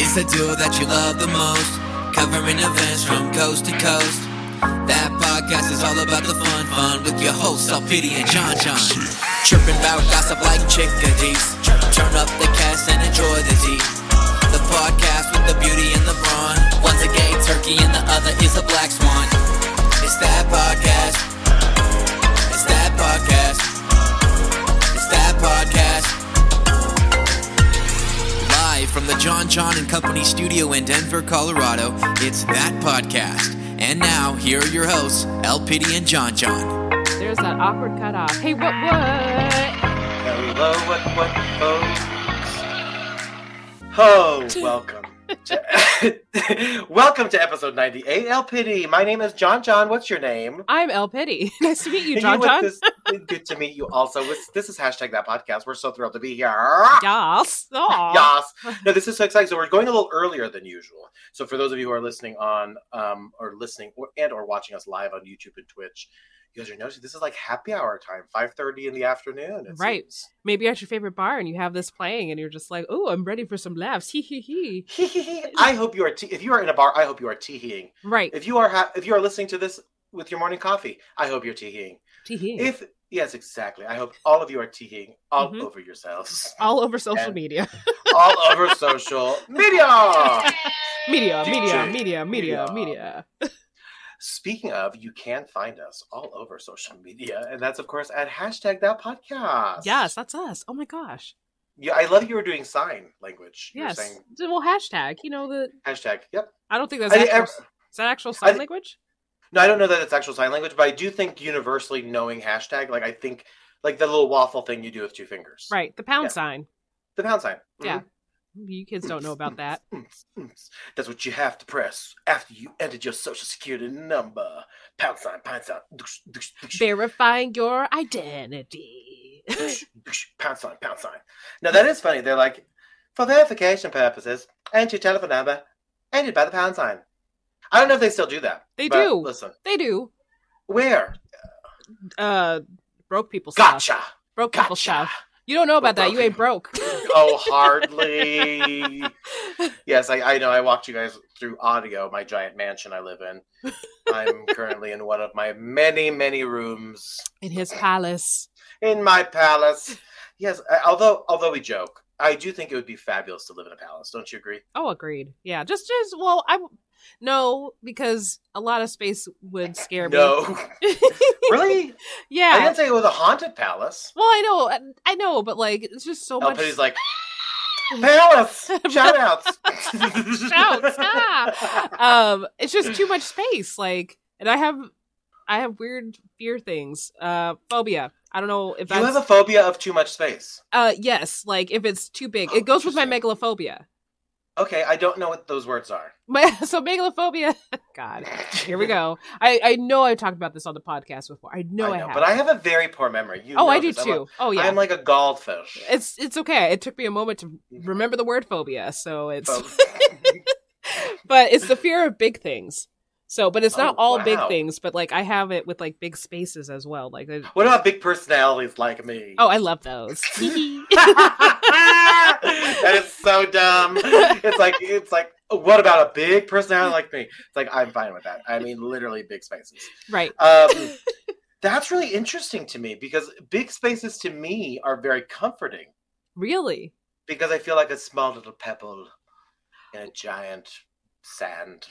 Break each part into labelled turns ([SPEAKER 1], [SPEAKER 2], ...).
[SPEAKER 1] It's the duo that you love the most, covering events from coast to coast. That podcast is all about the fun, fun with your hosts, Alpidi and John John. Chirping about gossip like chickadees. Turn up the cast and enjoy the tea. The podcast with the beauty and the brawn. One's a gay turkey and the other is a black swan. It's that podcast. It's that podcast. It's that podcast. Live from the John John and Company studio in Denver, Colorado, it's that podcast. And now, here are your hosts, El Pity and John John.
[SPEAKER 2] There's that awkward cutoff. Hey, what, what?
[SPEAKER 3] Hello, what, what, folks? Ho, welcome. to, welcome to episode 98 LPD. My name is John John. What's your name?
[SPEAKER 2] I'm El Pity. Nice to meet you,
[SPEAKER 3] And
[SPEAKER 2] John
[SPEAKER 3] with
[SPEAKER 2] John.
[SPEAKER 3] this- good to meet you also. With- This is hashtag that podcast. We're so thrilled to be here.
[SPEAKER 2] Yas. Aw.
[SPEAKER 3] Yes. No, this is so exciting. So we're going a little earlier than usual. So for those of you who are listening on, um, or listening or, and or watching us live on YouTube and Twitch, you guys are noticing this is like happy hour time, 5.30 in the afternoon. it
[SPEAKER 2] Right.
[SPEAKER 3] seems.
[SPEAKER 2] Maybe you're at your favorite bar and you have this playing and you're just like, oh, I'm ready for some laughs. Hee hee hee.
[SPEAKER 3] I hope you are. Te- if you are in a bar, I hope you are teeheeing.
[SPEAKER 2] Right.
[SPEAKER 3] If you are, ha- if you are listening to this with your morning coffee, I hope you're teeheeing.
[SPEAKER 2] Hee hee.
[SPEAKER 3] If yes, exactly. I hope all of you are teeheeing all
[SPEAKER 2] Mhm.
[SPEAKER 3] over yourselves,
[SPEAKER 2] All over social
[SPEAKER 3] And-
[SPEAKER 2] media.
[SPEAKER 3] all over social media.
[SPEAKER 2] Media,
[SPEAKER 3] DJ,
[SPEAKER 2] media, media, media,
[SPEAKER 3] uh, media.
[SPEAKER 2] media.
[SPEAKER 3] Speaking of, you can find us all over social media, and that's of course at hashtag that podcast.
[SPEAKER 2] Yes, that's us. Oh my gosh.
[SPEAKER 3] Yeah, I love you were doing sign language. You were
[SPEAKER 2] Yes.
[SPEAKER 3] saying
[SPEAKER 2] D- Well, hashtag. You know, the.
[SPEAKER 3] hashtag. Yep.
[SPEAKER 2] I don't think that's
[SPEAKER 3] I think
[SPEAKER 2] actual,
[SPEAKER 3] ev-
[SPEAKER 2] is that actual sign
[SPEAKER 3] think-
[SPEAKER 2] language?
[SPEAKER 3] No, I don't know that it's actual sign language, but I do think universally knowing hashtag, like I think like the little waffle thing you do with two fingers.
[SPEAKER 2] Right. The pound
[SPEAKER 3] Yeah.
[SPEAKER 2] sign.
[SPEAKER 3] The Mm. pound sign.
[SPEAKER 2] Yeah. You kids don't know about that.
[SPEAKER 3] Mhm. That's what you have to press after you entered your social security number. Pound sign, pound sign, doosh, doosh, doosh,
[SPEAKER 2] Verifying your identity.
[SPEAKER 3] doosh, doosh, pound sign, pound sign. Now that is funny. They're like, for verification purposes, enter your telephone number, entered by the pound sign. I don't know if they still do that.
[SPEAKER 2] They
[SPEAKER 3] but
[SPEAKER 2] do.
[SPEAKER 3] Listen,
[SPEAKER 2] they do.
[SPEAKER 3] where?
[SPEAKER 2] Uh, broke people stuff.
[SPEAKER 3] Gotcha.
[SPEAKER 2] broke people
[SPEAKER 3] Gotcha.
[SPEAKER 2] stuff. You don't know about that. You
[SPEAKER 3] broke.
[SPEAKER 2] ain't broke.
[SPEAKER 3] oh, hardly. yes, I, I know. I walked you guys through audio, my giant mansion I live in. I'm currently in one of my many, many rooms
[SPEAKER 2] In his palace.
[SPEAKER 3] in my palace. Yes, I- although although we joke, I do think it would be fabulous to live in a palace. Don't you agree?
[SPEAKER 2] Oh, agreed. Yeah, just just well, I no because a lot of space would scare
[SPEAKER 3] No,
[SPEAKER 2] me.
[SPEAKER 3] really? I
[SPEAKER 2] yeah.
[SPEAKER 3] didn't say it was a haunted palace.
[SPEAKER 2] Well, I know, I- I know, but like it's just so much.
[SPEAKER 3] Elpidy's Oh, like palace. Shout outs.
[SPEAKER 2] Shouts, ah! um, it's just too much space. Like, and I have, I have weird fear things. Uh, phobia. I don't know if
[SPEAKER 3] You
[SPEAKER 2] that's
[SPEAKER 3] have a phobia of too much space.
[SPEAKER 2] uh yes, like if it's too big.
[SPEAKER 3] Oh,
[SPEAKER 2] it goes with my
[SPEAKER 3] interesting.
[SPEAKER 2] megalophobia.
[SPEAKER 3] Okay, I don't know what those words are.
[SPEAKER 2] My, so megalophobia. God. Here we go. I, I know I've talked about this on the podcast before. I know I,
[SPEAKER 3] know,
[SPEAKER 2] have.
[SPEAKER 3] but I have a very poor memory. You
[SPEAKER 2] oh,
[SPEAKER 3] know
[SPEAKER 2] I do
[SPEAKER 3] this. I'm
[SPEAKER 2] too.
[SPEAKER 3] a-
[SPEAKER 2] oh yeah.
[SPEAKER 3] I'm like a goldfish.
[SPEAKER 2] it's it's okay. It took me a moment to remember the word phobia. So it's
[SPEAKER 3] So-
[SPEAKER 2] but it's the fear of big things. So, but it's not
[SPEAKER 3] Oh,
[SPEAKER 2] all big
[SPEAKER 3] wow.
[SPEAKER 2] things. But like I have it with like big spaces as well. Like I-
[SPEAKER 3] what about big personalities like me?
[SPEAKER 2] oh, I love those.
[SPEAKER 3] that is so dumb. It's like it's like what about a big personality like me? It's like I'm fine with that. I mean, literally big spaces.
[SPEAKER 2] right.
[SPEAKER 3] Um, that's really interesting to me because big spaces to me are very comforting
[SPEAKER 2] Really.
[SPEAKER 3] because I feel like a small little pebble in a giant sand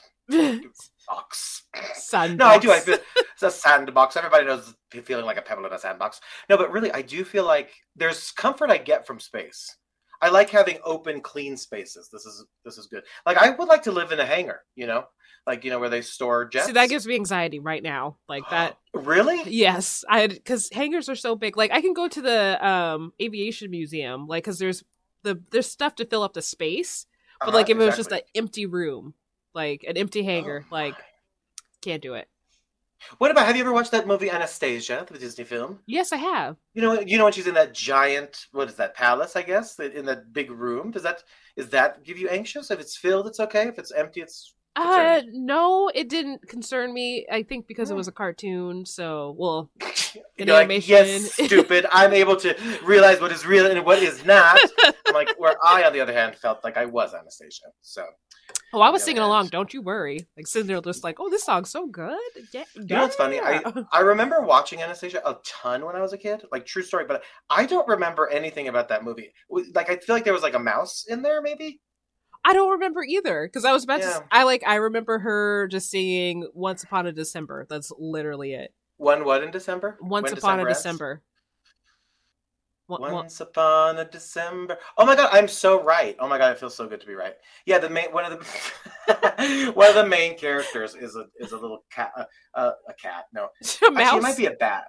[SPEAKER 3] box.
[SPEAKER 2] Sun.
[SPEAKER 3] No, I do. I feel it's a sandbox. Everybody knows the feeling like a pebble in a sandbox. No, but really, I do feel like there's comfort I get from space. I like having open, clean spaces. This is this is good. Like I would like to live in a hangar. You know, like you know where they store jets.
[SPEAKER 2] See, that gives me anxiety right now. Like that.
[SPEAKER 3] really.
[SPEAKER 2] Yes, I because hangars are so big. Like I can go to the um aviation museum, like because there's the there's stuff to fill up the space,
[SPEAKER 3] Uh-huh,
[SPEAKER 2] but like if it was just an empty room, like an
[SPEAKER 3] Oh
[SPEAKER 2] empty hangar, like can't do it.
[SPEAKER 3] What about? Have you ever watched that movie Anastasia, the Disney film?
[SPEAKER 2] Yes, I have.
[SPEAKER 3] You know, you know when she's in that giant, what is that palace? I guess that- in that big room. Does that is that give you anxious? If it's filled, it's okay. If it's empty, it's
[SPEAKER 2] Uh, no, it didn't concern me. I think because it
[SPEAKER 3] Hmm.
[SPEAKER 2] was a cartoon, so well, an
[SPEAKER 3] You're like,
[SPEAKER 2] animation.
[SPEAKER 3] yes, stupid. I'm able to realize what is real and what is not. I'm like, where I, on the other hand, felt like I was Anastasia. So,
[SPEAKER 2] oh, I
[SPEAKER 3] on the
[SPEAKER 2] was
[SPEAKER 3] other
[SPEAKER 2] singing
[SPEAKER 3] hand.
[SPEAKER 2] along. Don't you worry. Like sitting there, just like, oh, this song's so good. Yeah,
[SPEAKER 3] you know what's funny? I,
[SPEAKER 2] yeah.
[SPEAKER 3] I remember watching Anastasia a ton when I was a kid, like true story, but I don't remember anything about that movie. Like, I feel like there was like a mouse in there, maybe?
[SPEAKER 2] I don't remember either because I was about to. s-
[SPEAKER 3] Yeah.
[SPEAKER 2] I like. I remember her just singing "Once Upon a December." That's literally it.
[SPEAKER 3] One what in December?
[SPEAKER 2] Once
[SPEAKER 3] When
[SPEAKER 2] upon a
[SPEAKER 3] ends?
[SPEAKER 2] December. One- one-
[SPEAKER 3] Once upon a December. Oh my god, I'm so right. Oh my god, it feels so good to be right. Yeah, the main one of the one of the main characters is a is a little cat, uh, uh, a cat. No,
[SPEAKER 2] a mouse.
[SPEAKER 3] actually, it might be a bat.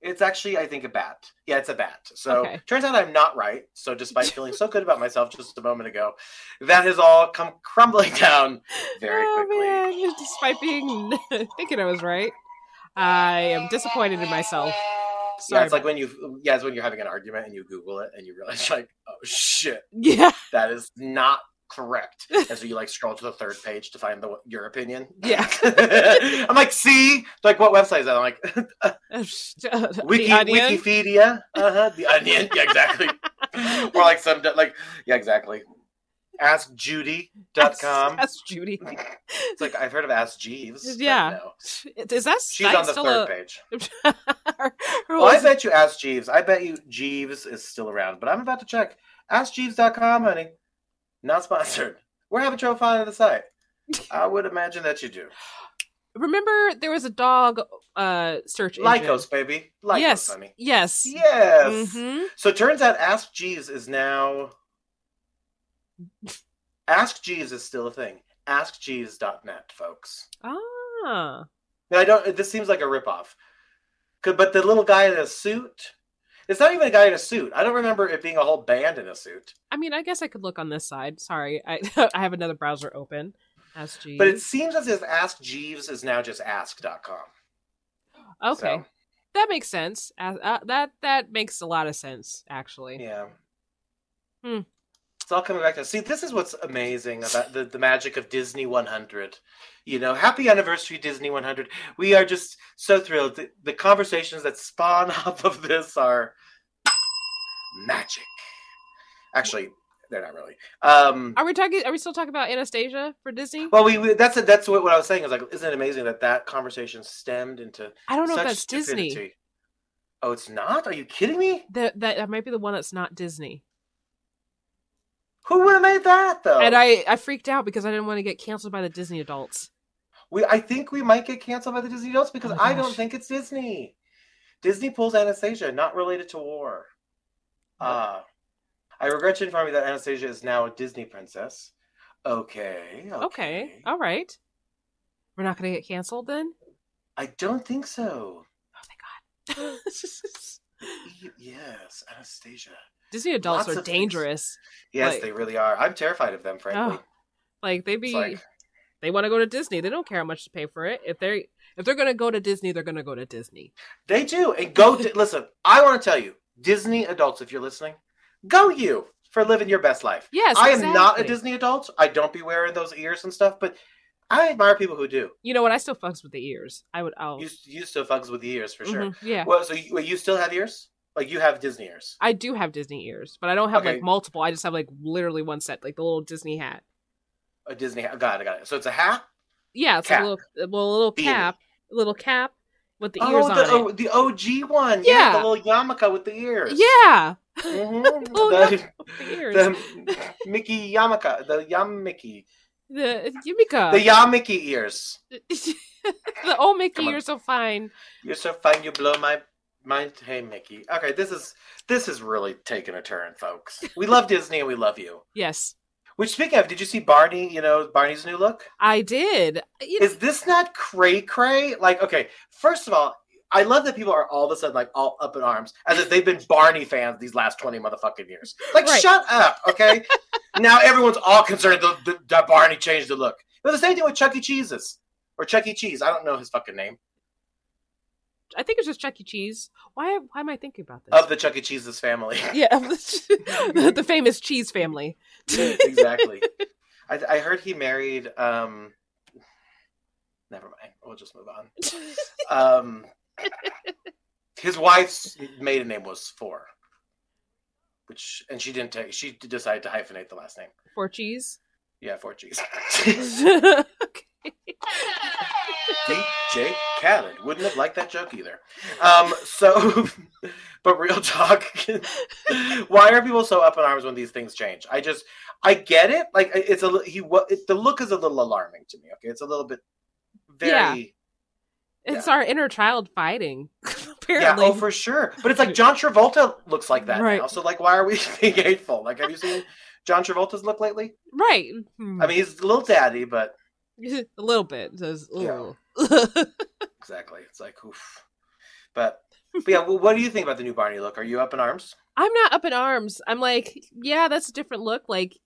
[SPEAKER 3] It's actually, I think, a bat. Yeah, it's a bat. So
[SPEAKER 2] Okay.
[SPEAKER 3] turns out I'm not right. So despite feeling so good about myself just a moment ago, that has all come crumbling down very
[SPEAKER 2] oh
[SPEAKER 3] quickly.
[SPEAKER 2] man! Despite being thinking I was right, I am disappointed in myself. Sorry.
[SPEAKER 3] yeah, it's like when you yeah, it's when you're having an argument and you Google it and you realize like, oh shit.
[SPEAKER 2] yeah,
[SPEAKER 3] that is not correct. And so you like scroll to the third page to find the your opinion.
[SPEAKER 2] Yeah.
[SPEAKER 3] I'm like, see, like what website is that? I'm like, Wiki,
[SPEAKER 2] Wiki,
[SPEAKER 3] Wikipedia, uh huh, the Onion, yeah, exactly. or like some like yeah, exactly. AskJudy.com.
[SPEAKER 2] That's Judy.
[SPEAKER 3] It's like I've heard of Ask Jeeves. but
[SPEAKER 2] Yeah.
[SPEAKER 3] no.
[SPEAKER 2] Is that
[SPEAKER 3] she's
[SPEAKER 2] site
[SPEAKER 3] on the
[SPEAKER 2] still a-
[SPEAKER 3] third page.
[SPEAKER 2] Or
[SPEAKER 3] Well, I
[SPEAKER 2] was it-
[SPEAKER 3] bet you Ask Jeeves. I bet you Jeeves is still around, but I'm about to check. AskJeeves.com, honey. Not sponsored. We're having trouble finding the site. I would imagine that you do.
[SPEAKER 2] Remember, there was a dog uh, search engine.
[SPEAKER 3] Lycos, baby. Lycos,
[SPEAKER 2] yes,
[SPEAKER 3] honey.
[SPEAKER 2] yes,
[SPEAKER 3] Yes.
[SPEAKER 2] Mhm.
[SPEAKER 3] So it turns out Ask Jeeves is now. Ask Jeeves is still a thing. AskJeeves.net, folks.
[SPEAKER 2] Ah,
[SPEAKER 3] Now, I don't. This seems like a ripoff. 'Cause- But the little guy in a suit. It's not even a guy in a suit. I don't remember it being a whole band in a suit.
[SPEAKER 2] I mean, I guess I could look on this side. Sorry, I I have another browser open. SG,
[SPEAKER 3] But it seems as if Ask Jeeves is now just ask.com.
[SPEAKER 2] okay.
[SPEAKER 3] So,
[SPEAKER 2] That makes sense. Uh, uh, that that makes a lot of sense, actually.
[SPEAKER 3] yeah.
[SPEAKER 2] Hmm.
[SPEAKER 3] It's all coming back to see. This is what's amazing about the, the magic of Disney 100. You know, happy anniversary, Disney 100. We are just so thrilled. The, the conversations that spawn off of this are magic. Actually, they're not really. Um,
[SPEAKER 2] Are we talking? Are we still talking about Anastasia for Disney?
[SPEAKER 3] well, we, we that's that's what, what I was saying. Is like, isn't it amazing that that conversation stemmed into
[SPEAKER 2] I don't know if
[SPEAKER 3] such
[SPEAKER 2] that's Disney.
[SPEAKER 3] stupidity? Oh, it's not. Are you kidding me?
[SPEAKER 2] That that that might be the one that's not Disney.
[SPEAKER 3] Who would have made that though?
[SPEAKER 2] And I I freaked out because I didn't want to get canceled by the Disney adults.
[SPEAKER 3] we, I think we might get canceled by the Disney Notes because
[SPEAKER 2] Oh my
[SPEAKER 3] I don't
[SPEAKER 2] gosh.
[SPEAKER 3] think it's Disney. Disney pulls Anastasia, not related to war. Ah, I regret to inform you that Anastasia is now a Disney princess. Okay. Okay.
[SPEAKER 2] Okay. Oh. All right. We're not going to get canceled then?
[SPEAKER 3] I don't think so.
[SPEAKER 2] God.
[SPEAKER 3] Y- Yes, Anastasia.
[SPEAKER 2] Disney adults
[SPEAKER 3] Lots
[SPEAKER 2] are
[SPEAKER 3] of things.
[SPEAKER 2] dangerous.
[SPEAKER 3] Yes,
[SPEAKER 2] Like- Oh.
[SPEAKER 3] they really are. I'm terrified of them, frankly.
[SPEAKER 2] Like they
[SPEAKER 3] it's
[SPEAKER 2] be
[SPEAKER 3] like
[SPEAKER 2] they want to go to Disney. They don't care how much to pay for it. If they're if they're going to go to Disney, they're going to go to Disney.
[SPEAKER 3] they do. And go di- listen. I want to tell you, Disney adults, if you're listening, go you for living your best life.
[SPEAKER 2] Yes,
[SPEAKER 3] I am not a
[SPEAKER 2] exactly.
[SPEAKER 3] Disney adult. I don't be wearing those ears and stuff, but I admire people who do.
[SPEAKER 2] You know what? I still fucks with the ears. I would. I'll,
[SPEAKER 3] You, you still fucks with the ears for sure.
[SPEAKER 2] Mhm, Oh. Yeah.
[SPEAKER 3] Well, so you, wait, you still have ears? Like you have Disney ears?
[SPEAKER 2] I do have Disney ears, but I don't have
[SPEAKER 3] Okay.
[SPEAKER 2] like multiple. I just have like literally one set, like the little Disney hat.
[SPEAKER 3] A Disney hat? Got it, got it. So it's a hat.
[SPEAKER 2] Yeah, it's
[SPEAKER 3] Cap.
[SPEAKER 2] a little, uh, well, a little
[SPEAKER 3] Beanie.
[SPEAKER 2] cap, a little cap with the ears
[SPEAKER 3] oh,
[SPEAKER 2] on
[SPEAKER 3] the,
[SPEAKER 2] it.
[SPEAKER 3] oh, the OG one. Yeah.
[SPEAKER 2] Yeah.
[SPEAKER 3] the little yarmulke with the ears.
[SPEAKER 2] Yeah,
[SPEAKER 3] Mhm.
[SPEAKER 2] Oh,
[SPEAKER 3] the,
[SPEAKER 2] the ears.
[SPEAKER 3] the Mickey yarmulke, the yam Mickey,
[SPEAKER 2] The Yumika.
[SPEAKER 3] the yam Mickey ears.
[SPEAKER 2] the old Mickey,
[SPEAKER 3] Come on.
[SPEAKER 2] you're so fine.
[SPEAKER 3] You're so fine. You blow my mind. Hey, Mickey. Okay, this is this is really taking a turn, folks. We love Disney and we love you.
[SPEAKER 2] Yes,
[SPEAKER 3] Which speaking of, did you see Barney? You know Barney's new look.
[SPEAKER 2] I did. You know,
[SPEAKER 3] Is this not cray cray? Like, okay, first of all, I love that people are all of a sudden like all up in arms as if they've been Barney fans these last twenty motherfucking years. Like,
[SPEAKER 2] Right.
[SPEAKER 3] shut up, okay? now everyone's all concerned that, that- that Barney changed the look. It was the same thing with Chuck E. Cheese's or Chuck E. Cheese. I don't know his fucking name
[SPEAKER 2] I think it's just Chuck E. Cheese. Why? Why am I thinking about this?
[SPEAKER 3] of the Chuck E. Cheese's family.
[SPEAKER 2] yeah, of the, the famous cheese family.
[SPEAKER 3] exactly. I, I heard he married um, Never mind. We'll just move on. Um, his wife's maiden name was Four, which and she didn't take. She decided to hyphenate the last name.
[SPEAKER 2] Four cheese.
[SPEAKER 3] Yeah, Four Cheese.
[SPEAKER 2] okay.
[SPEAKER 3] DJ Khaled wouldn't have liked that joke either. Um, so, but real talk, why are people so up in arms when these things change? I just, I get it. Like it's a he. wa- It, the look is a little alarming to me. Okay, it's a little bit very.
[SPEAKER 2] Yeah.
[SPEAKER 3] Yeah.
[SPEAKER 2] It's our inner child fighting. Apparently.
[SPEAKER 3] oh, for sure. But it's like John Travolta looks like that
[SPEAKER 2] Right.
[SPEAKER 3] now. So like, why are we being hateful? Like, have you seen John Travolta's look lately?
[SPEAKER 2] Right.
[SPEAKER 3] I mean, he's a little daddy, but
[SPEAKER 2] mean, a little bit. So it's-
[SPEAKER 3] Yeah.
[SPEAKER 2] ooh.
[SPEAKER 3] Exactly. It's like, oof. But, but yeah, well, what do you think about the new Barney look? Are you up in arms?
[SPEAKER 2] I'm not up in arms. I'm like, yeah, that's a different look. Like,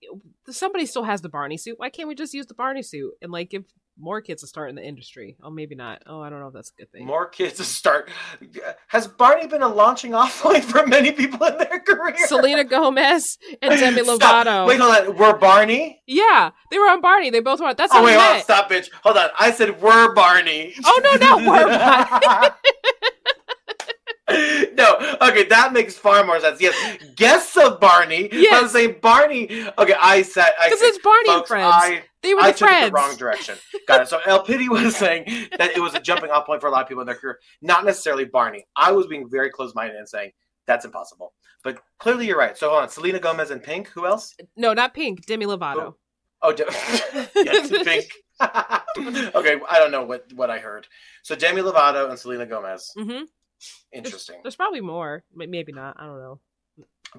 [SPEAKER 2] somebody still has the Barney suit. Why can't we just use the Barney suit and like give more kids a start in the industry? Oh, maybe not. Oh, I don't know if that's a good thing.
[SPEAKER 3] More kids to start. Has Barney been a launching off point for many people in their career?
[SPEAKER 2] Selena Gomez and Demi
[SPEAKER 3] Stop.
[SPEAKER 2] Lovato.
[SPEAKER 3] Wait, hold on. We're Barney?
[SPEAKER 2] yeah, they were on Barney. They both were. on- That's how
[SPEAKER 3] oh, wait,
[SPEAKER 2] we
[SPEAKER 3] hold on.
[SPEAKER 2] met.
[SPEAKER 3] Stop, bitch. Hold on. I said we're Barney.
[SPEAKER 2] Oh, no, no, we're
[SPEAKER 3] Barney. no, okay, that makes far more sense. Yes, guests of Barney.
[SPEAKER 2] Yes.
[SPEAKER 3] I'm saying Barney. Okay, I said. I
[SPEAKER 2] Because
[SPEAKER 3] said,
[SPEAKER 2] it's Barney and
[SPEAKER 3] folks,
[SPEAKER 2] Friends.
[SPEAKER 3] I
[SPEAKER 2] they were
[SPEAKER 3] I
[SPEAKER 2] the
[SPEAKER 3] took
[SPEAKER 2] friends.
[SPEAKER 3] it the wrong direction. Got it. So El Pity was saying that it was a jumping off point for a lot of people in their career, not necessarily Barney. I was being very close minded and saying that's impossible. But clearly you're right. So hold on, Selena Gomez and Pink. Who else?
[SPEAKER 2] no, not Pink. Demi Lovato.
[SPEAKER 3] Oh, De- yes, Pink. okay, I don't know what what I heard. So Demi Lovato and Selena Gomez.
[SPEAKER 2] hmm
[SPEAKER 3] Interesting.
[SPEAKER 2] There's probably more. May- Maybe not. I don't know.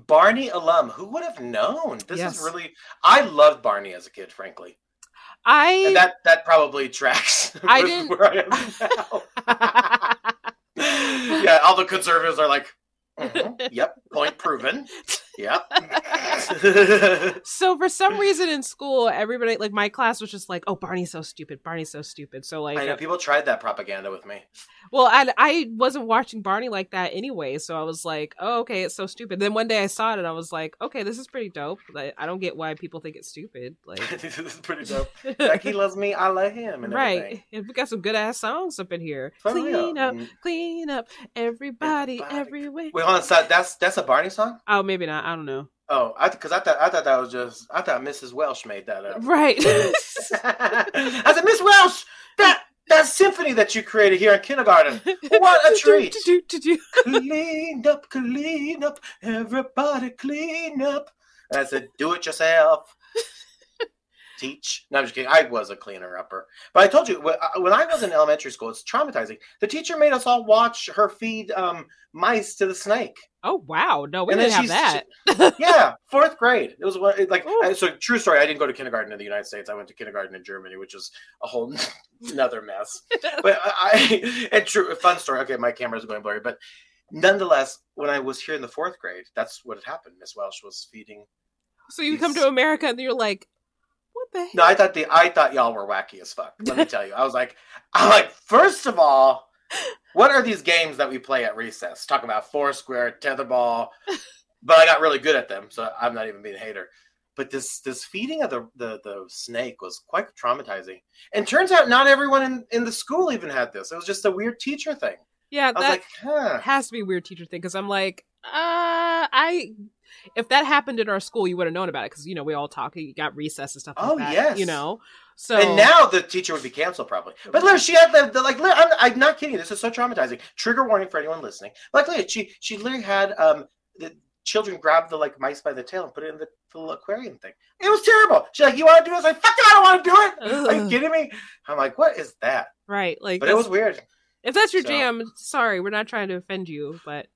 [SPEAKER 3] Barney alum. Who would have known? This
[SPEAKER 2] Yes.
[SPEAKER 3] is really. I loved Barney as a kid, frankly, and
[SPEAKER 2] I.
[SPEAKER 3] that that probably tracks.
[SPEAKER 2] I
[SPEAKER 3] with
[SPEAKER 2] didn't-
[SPEAKER 3] Where I am now. yeah, all the conservatives are like, "Mhm, yep, point proven. Yep.
[SPEAKER 2] so for some reason in school, everybody like my class was just like, "Oh, Barney's so stupid. Barney's so stupid." So like, uh,
[SPEAKER 3] I know people tried that propaganda with me.
[SPEAKER 2] Well, I I wasn't watching Barney like that anyway, so I was like, oh, okay, it's so stupid. Then one day I saw it and I was like, okay, this is pretty dope. Like, I don't get why people think it's stupid. Like,
[SPEAKER 3] this is pretty dope. Becky loves me, I love him, and everything.
[SPEAKER 2] right? And we got some good ass songs up in here.
[SPEAKER 3] For
[SPEAKER 2] clean
[SPEAKER 3] real.
[SPEAKER 2] up,
[SPEAKER 3] Mm.
[SPEAKER 2] clean up, everybody,
[SPEAKER 3] Everybody.
[SPEAKER 2] everywhere.
[SPEAKER 3] Wait, hold on. So that's that's a Barney song.
[SPEAKER 2] Oh, maybe not. I don't know.
[SPEAKER 3] Oh, I because I thought I thought that was just I thought Mrs. Welsh made that up.
[SPEAKER 2] Right.
[SPEAKER 3] I said, Miss Welsh, that that symphony that you created here in kindergarten, what a treat.
[SPEAKER 2] Do, do, do, do.
[SPEAKER 3] clean up, clean up, everybody clean up. And I said, do it yourself. Teach. No, I'm just kidding. I was a cleaner upper. But I told you, when I- when I was in elementary school, it's traumatizing. The teacher made us all watch her feed um, mice to the snake.
[SPEAKER 2] Oh wow, no, we
[SPEAKER 3] And
[SPEAKER 2] didn't
[SPEAKER 3] then
[SPEAKER 2] have
[SPEAKER 3] she's-
[SPEAKER 2] that.
[SPEAKER 3] Yeah, fourth grade. It was one- it, like,
[SPEAKER 2] Ooh.
[SPEAKER 3] I, so true story. I didn't go to kindergarten in the United States. I went to kindergarten in Germany, which is a whole another mess but I, I and true fun story. Okay, my camera's going blurry, but nonetheless, when I was here in the fourth grade, that's what had happened. Miss Welsh was feeding.
[SPEAKER 2] so you come to America and you're like, what the heck?
[SPEAKER 3] No, I thought the I thought y'all were wacky as fuck. Let me tell you, I was like, I'm like, first of all, what are these games that we play at recess? Talking about foursquare, tetherball, but I got really good at them, so I'm not even being a hater. But this this feeding of the the, the snake was quite traumatizing, and turns out not everyone in, in the school even had this. It was just a weird teacher thing.
[SPEAKER 2] yeah,
[SPEAKER 3] I was
[SPEAKER 2] that
[SPEAKER 3] like, huh.
[SPEAKER 2] It has to be a weird teacher thing because I'm like, uh, I if that happened in our school, you would have known about it because you know we all talk, you got recess and stuff. Like
[SPEAKER 3] Oh,
[SPEAKER 2] that,
[SPEAKER 3] yes.
[SPEAKER 2] you know. So
[SPEAKER 3] And now the teacher would be canceled probably. But look, she had the, the like. li- I'm, I'm not kidding. This is so traumatizing. Trigger warning for anyone listening. Like, look, she she literally had um the children grab the like mice by the tail and put it in the, the little aquarium thing. It was terrible. She's like, "You want to do it?" I was like, "Fuck, I don't want to do it." Are you
[SPEAKER 2] Ugh.
[SPEAKER 3] kidding me? I'm like, "What is that?"
[SPEAKER 2] right, like
[SPEAKER 3] But it was
[SPEAKER 2] that's-
[SPEAKER 3] weird.
[SPEAKER 2] if that's your
[SPEAKER 3] so-
[SPEAKER 2] jam, sorry, we're not trying to offend you, but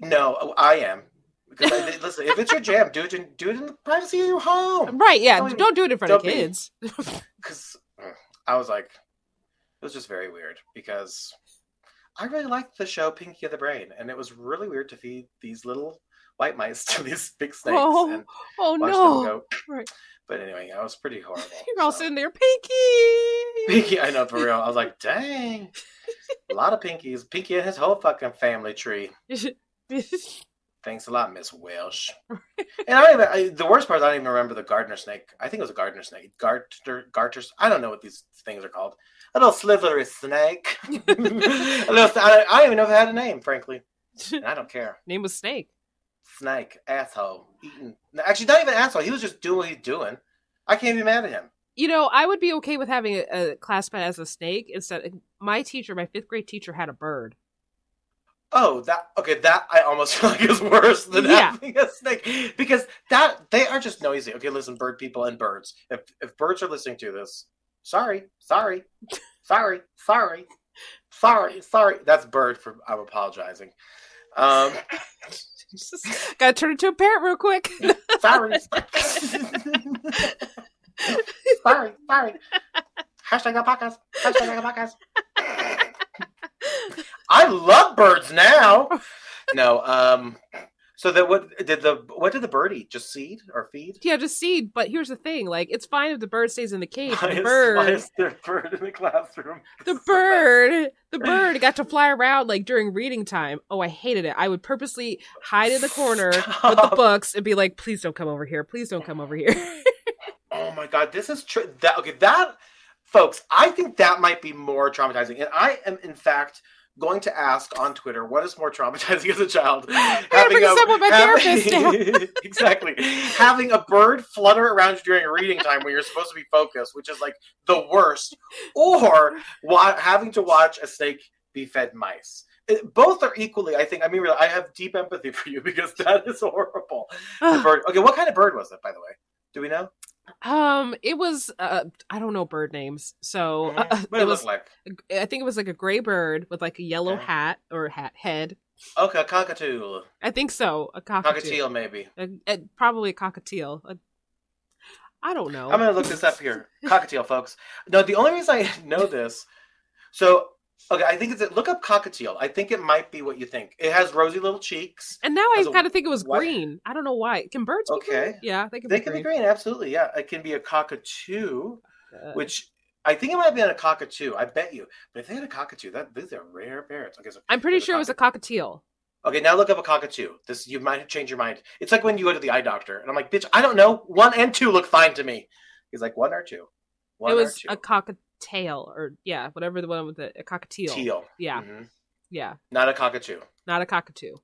[SPEAKER 3] No, I am. Because I, listen, if it's your jam, do it in, do it in the privacy of your home.
[SPEAKER 2] right, yeah,
[SPEAKER 3] Don't
[SPEAKER 2] don't,
[SPEAKER 3] even-
[SPEAKER 2] do it in front
[SPEAKER 3] don't
[SPEAKER 2] of
[SPEAKER 3] be-
[SPEAKER 2] kids.
[SPEAKER 3] because I was like, it was just very weird because I really liked the show Pinky of the Brain, and it was really weird to feed these little white mice to these big snakes
[SPEAKER 2] Oh,
[SPEAKER 3] and
[SPEAKER 2] Oh
[SPEAKER 3] watch
[SPEAKER 2] no,
[SPEAKER 3] them go.
[SPEAKER 2] Right.
[SPEAKER 3] But anyway, I was pretty horrible.
[SPEAKER 2] you're all
[SPEAKER 3] so.
[SPEAKER 2] sitting there, Pinky.
[SPEAKER 3] Pinky, I know for real. I was like, dang, a lot of Pinkies. Pinky and his whole fucking family tree. Thanks a lot, Miss Welsh. and I, don't even, I, the worst part, is I don't even remember the gardener snake. I think it was a gardener snake. Garter, garters. I don't know what these things are called. A little slithery snake. a little, I, don't, I don't even know if it had a name, frankly. And I don't care.
[SPEAKER 2] Name was Snake.
[SPEAKER 3] Snake, asshole, eating. Actually, not even asshole. He was just doing what he's doing. I can't be mad at him.
[SPEAKER 2] You know, I would be okay with having a, a class pet as a snake instead. My teacher, my fifth grade teacher, had a bird.
[SPEAKER 3] Oh, that okay. That I almost feel like is worse than
[SPEAKER 2] Yeah.
[SPEAKER 3] having a snake because that they are just noisy. Okay, listen, bird people and birds. If if birds are listening to this, sorry, sorry, sorry, sorry, sorry, sorry. That's bird for. I'm apologizing. Um,
[SPEAKER 2] Got to turn into a parrot real quick.
[SPEAKER 3] sorry, sorry, sorry. Hashtag alpacas. Hashtag alpacas. I love birds now. No, um, so that what did the what did the bird eat? Just seed or feed?
[SPEAKER 2] yeah, just seed. But here's the thing: like, it's fine if the bird stays in the cage. but
[SPEAKER 3] Why
[SPEAKER 2] The
[SPEAKER 3] is, why
[SPEAKER 2] bird,
[SPEAKER 3] is there a bird in the classroom?
[SPEAKER 2] the bird, the bird got to fly around like during reading time. Oh, I hated it. I would purposely hide in the corner with the
[SPEAKER 3] Stop.
[SPEAKER 2] books and be like, "Please don't come over here. Please don't come over here."
[SPEAKER 3] Oh my god, this is true. That okay, that folks, I think that might be more traumatizing. And I am in fact going to ask on Twitter what is more traumatizing as a child.
[SPEAKER 2] bring this up with my therapist
[SPEAKER 3] exactly. Having a bird flutter around you during reading time when you're supposed to be focused, which is like the worst, or wa- having to watch a snake be fed mice. It- both are equally, I think. I mean, really, I have deep empathy for you because that is horrible. The bird. Okay, what kind of bird was it, by the way? Do we know?
[SPEAKER 2] um, it was uh, I don't know bird names, so uh,
[SPEAKER 3] Mm, what
[SPEAKER 2] it
[SPEAKER 3] it
[SPEAKER 2] was
[SPEAKER 3] looked like?
[SPEAKER 2] I think it was like a gray bird with like a yellow
[SPEAKER 3] Okay.
[SPEAKER 2] hat or hat head.
[SPEAKER 3] Okay, cockatoo,
[SPEAKER 2] I think so. A cockatiel.
[SPEAKER 3] cockatiel maybe.
[SPEAKER 2] A, a- probably a cockatiel. I I don't know.
[SPEAKER 3] I'm gonna look this up here. Cockatiel, folks. No, the only reason I know this, so okay, I think it's look up cockatiel. I think it might be what you think. It has rosy little cheeks.
[SPEAKER 2] and now I
[SPEAKER 3] as a
[SPEAKER 2] kind of think it was
[SPEAKER 3] white-
[SPEAKER 2] green. I don't know why. Can birds be green?
[SPEAKER 3] Okay.
[SPEAKER 2] Yeah, they can
[SPEAKER 3] They
[SPEAKER 2] be
[SPEAKER 3] can be
[SPEAKER 2] green.
[SPEAKER 3] green, absolutely. Yeah, it can be a cockatoo,
[SPEAKER 2] Uh,
[SPEAKER 3] which I think it might be on a cockatoo. I bet you. But if they had a cockatoo, that these are rare parrots. Okay, so
[SPEAKER 2] I'm pretty
[SPEAKER 3] there's a
[SPEAKER 2] sure it was a cockatiel.
[SPEAKER 3] Okay, now look up a cockatoo. This you might have changed your mind. It's like when you go to the eye doctor, and I'm like, bitch, I don't know. One and two look fine to me. He's like, one or two. One
[SPEAKER 2] It was
[SPEAKER 3] or
[SPEAKER 2] a
[SPEAKER 3] two.
[SPEAKER 2] cockatail or yeah, whatever the one with the a cockatiel.
[SPEAKER 3] teal.
[SPEAKER 2] Yeah,
[SPEAKER 3] Mhm.
[SPEAKER 2] yeah,
[SPEAKER 3] Not a cockatoo.
[SPEAKER 2] not a cockatoo.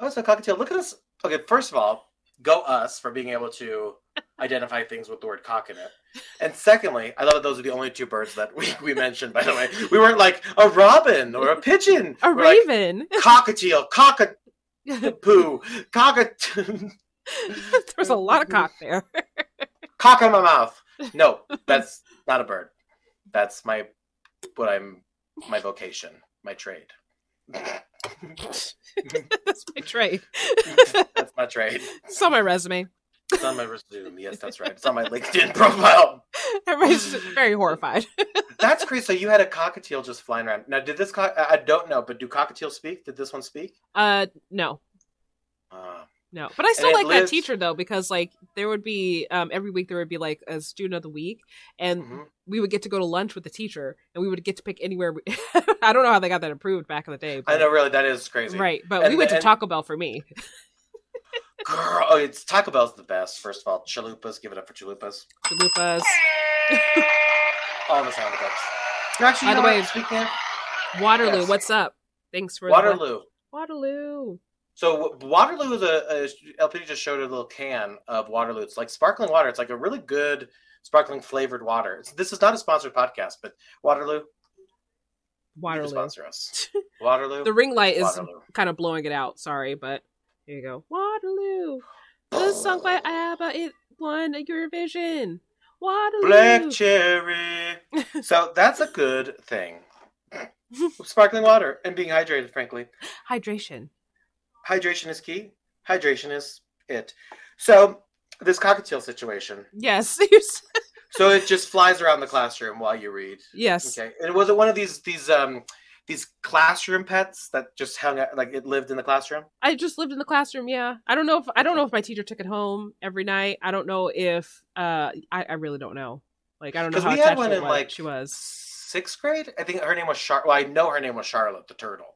[SPEAKER 3] Oh, it's a cockatoo. Look at us. Okay, first of all, go us for being able to identify things with the word cock in it. And secondly, I love that those are the only two birds that we, we mentioned, by the way. We weren't like a robin or a pigeon.
[SPEAKER 2] A
[SPEAKER 3] We're like,
[SPEAKER 2] raven.
[SPEAKER 3] cockatiel, cockapoo, cockatoo.
[SPEAKER 2] there was a lot of cock there.
[SPEAKER 3] cock in my mouth. No, that's not a bird. That's my what I'm my vocation, my trade.
[SPEAKER 2] That's my trait.
[SPEAKER 3] That's my trade.
[SPEAKER 2] It's on my resume.
[SPEAKER 3] It's on my resume. Yes, that's right. It's on my LinkedIn profile.
[SPEAKER 2] Everybody's just very horrified.
[SPEAKER 3] That's crazy. So you had a cockatiel just flying around. Now, did this cock? I I don't know, but do cockatiels speak? Did this one speak?
[SPEAKER 2] Uh, no,
[SPEAKER 3] Uh,
[SPEAKER 2] no. But I still
[SPEAKER 3] it
[SPEAKER 2] like that
[SPEAKER 3] lives-
[SPEAKER 2] teacher though because like there would be um every week there would be like a student of the week, and
[SPEAKER 3] mhm.
[SPEAKER 2] we would get to go to lunch with the teacher, and we would get to pick anywhere. We... I don't know how they got that approved back in the day. But...
[SPEAKER 3] I know, really, that is crazy.
[SPEAKER 2] Right, but we
[SPEAKER 3] And-
[SPEAKER 2] went to
[SPEAKER 3] and-
[SPEAKER 2] Taco Bell for me.
[SPEAKER 3] Girl, oh, it's Taco Bell's the best. First of all, chalupas. Give it up for chalupas.
[SPEAKER 2] Chalupas.
[SPEAKER 3] All the sound effects. Actually,
[SPEAKER 2] By
[SPEAKER 3] you know
[SPEAKER 2] the way-
[SPEAKER 3] what? Speaking of
[SPEAKER 2] Waterloo,
[SPEAKER 3] Yes.
[SPEAKER 2] what's up? Thanks for the-
[SPEAKER 3] Waterloo.
[SPEAKER 2] Waterloo.
[SPEAKER 3] So w- Waterloo is a, a LP just showed a little can of Waterloo. It's like sparkling water. It's like a really good sparkling flavored water. It's, this is not a sponsored podcast, but Waterloo, Waterloo.
[SPEAKER 2] Waterloo.
[SPEAKER 3] sponsor us. Waterloo,
[SPEAKER 2] The ring light is
[SPEAKER 3] Waterloo.
[SPEAKER 2] kind of blowing it out. Sorry, but here you go. Waterloo. This song by ABBA it won a Eurovision. Waterloo.
[SPEAKER 3] Black cherry. so that's a good thing. sparkling water and being hydrated. Frankly,
[SPEAKER 2] Hydration.
[SPEAKER 3] hydration is key. Hydration is it. So this cockatiel situation.
[SPEAKER 2] Yes.
[SPEAKER 3] So it just flies around the classroom while you read.
[SPEAKER 2] yes.
[SPEAKER 3] Okay, and was it one of these these um these classroom pets that just hung out like it lived in the classroom?
[SPEAKER 2] I just lived in the classroom. Yeah, I don't know if I don't know if my teacher took it home every night. I don't know if uh, I, I really don't know. Like I don't know
[SPEAKER 3] 'Cause
[SPEAKER 2] how
[SPEAKER 3] we had
[SPEAKER 2] attached
[SPEAKER 3] one
[SPEAKER 2] it
[SPEAKER 3] in,
[SPEAKER 2] was-
[SPEAKER 3] like,
[SPEAKER 2] she was.
[SPEAKER 3] Sixth grade, I think her name was Char. Well, I know her name was Charlotte the turtle.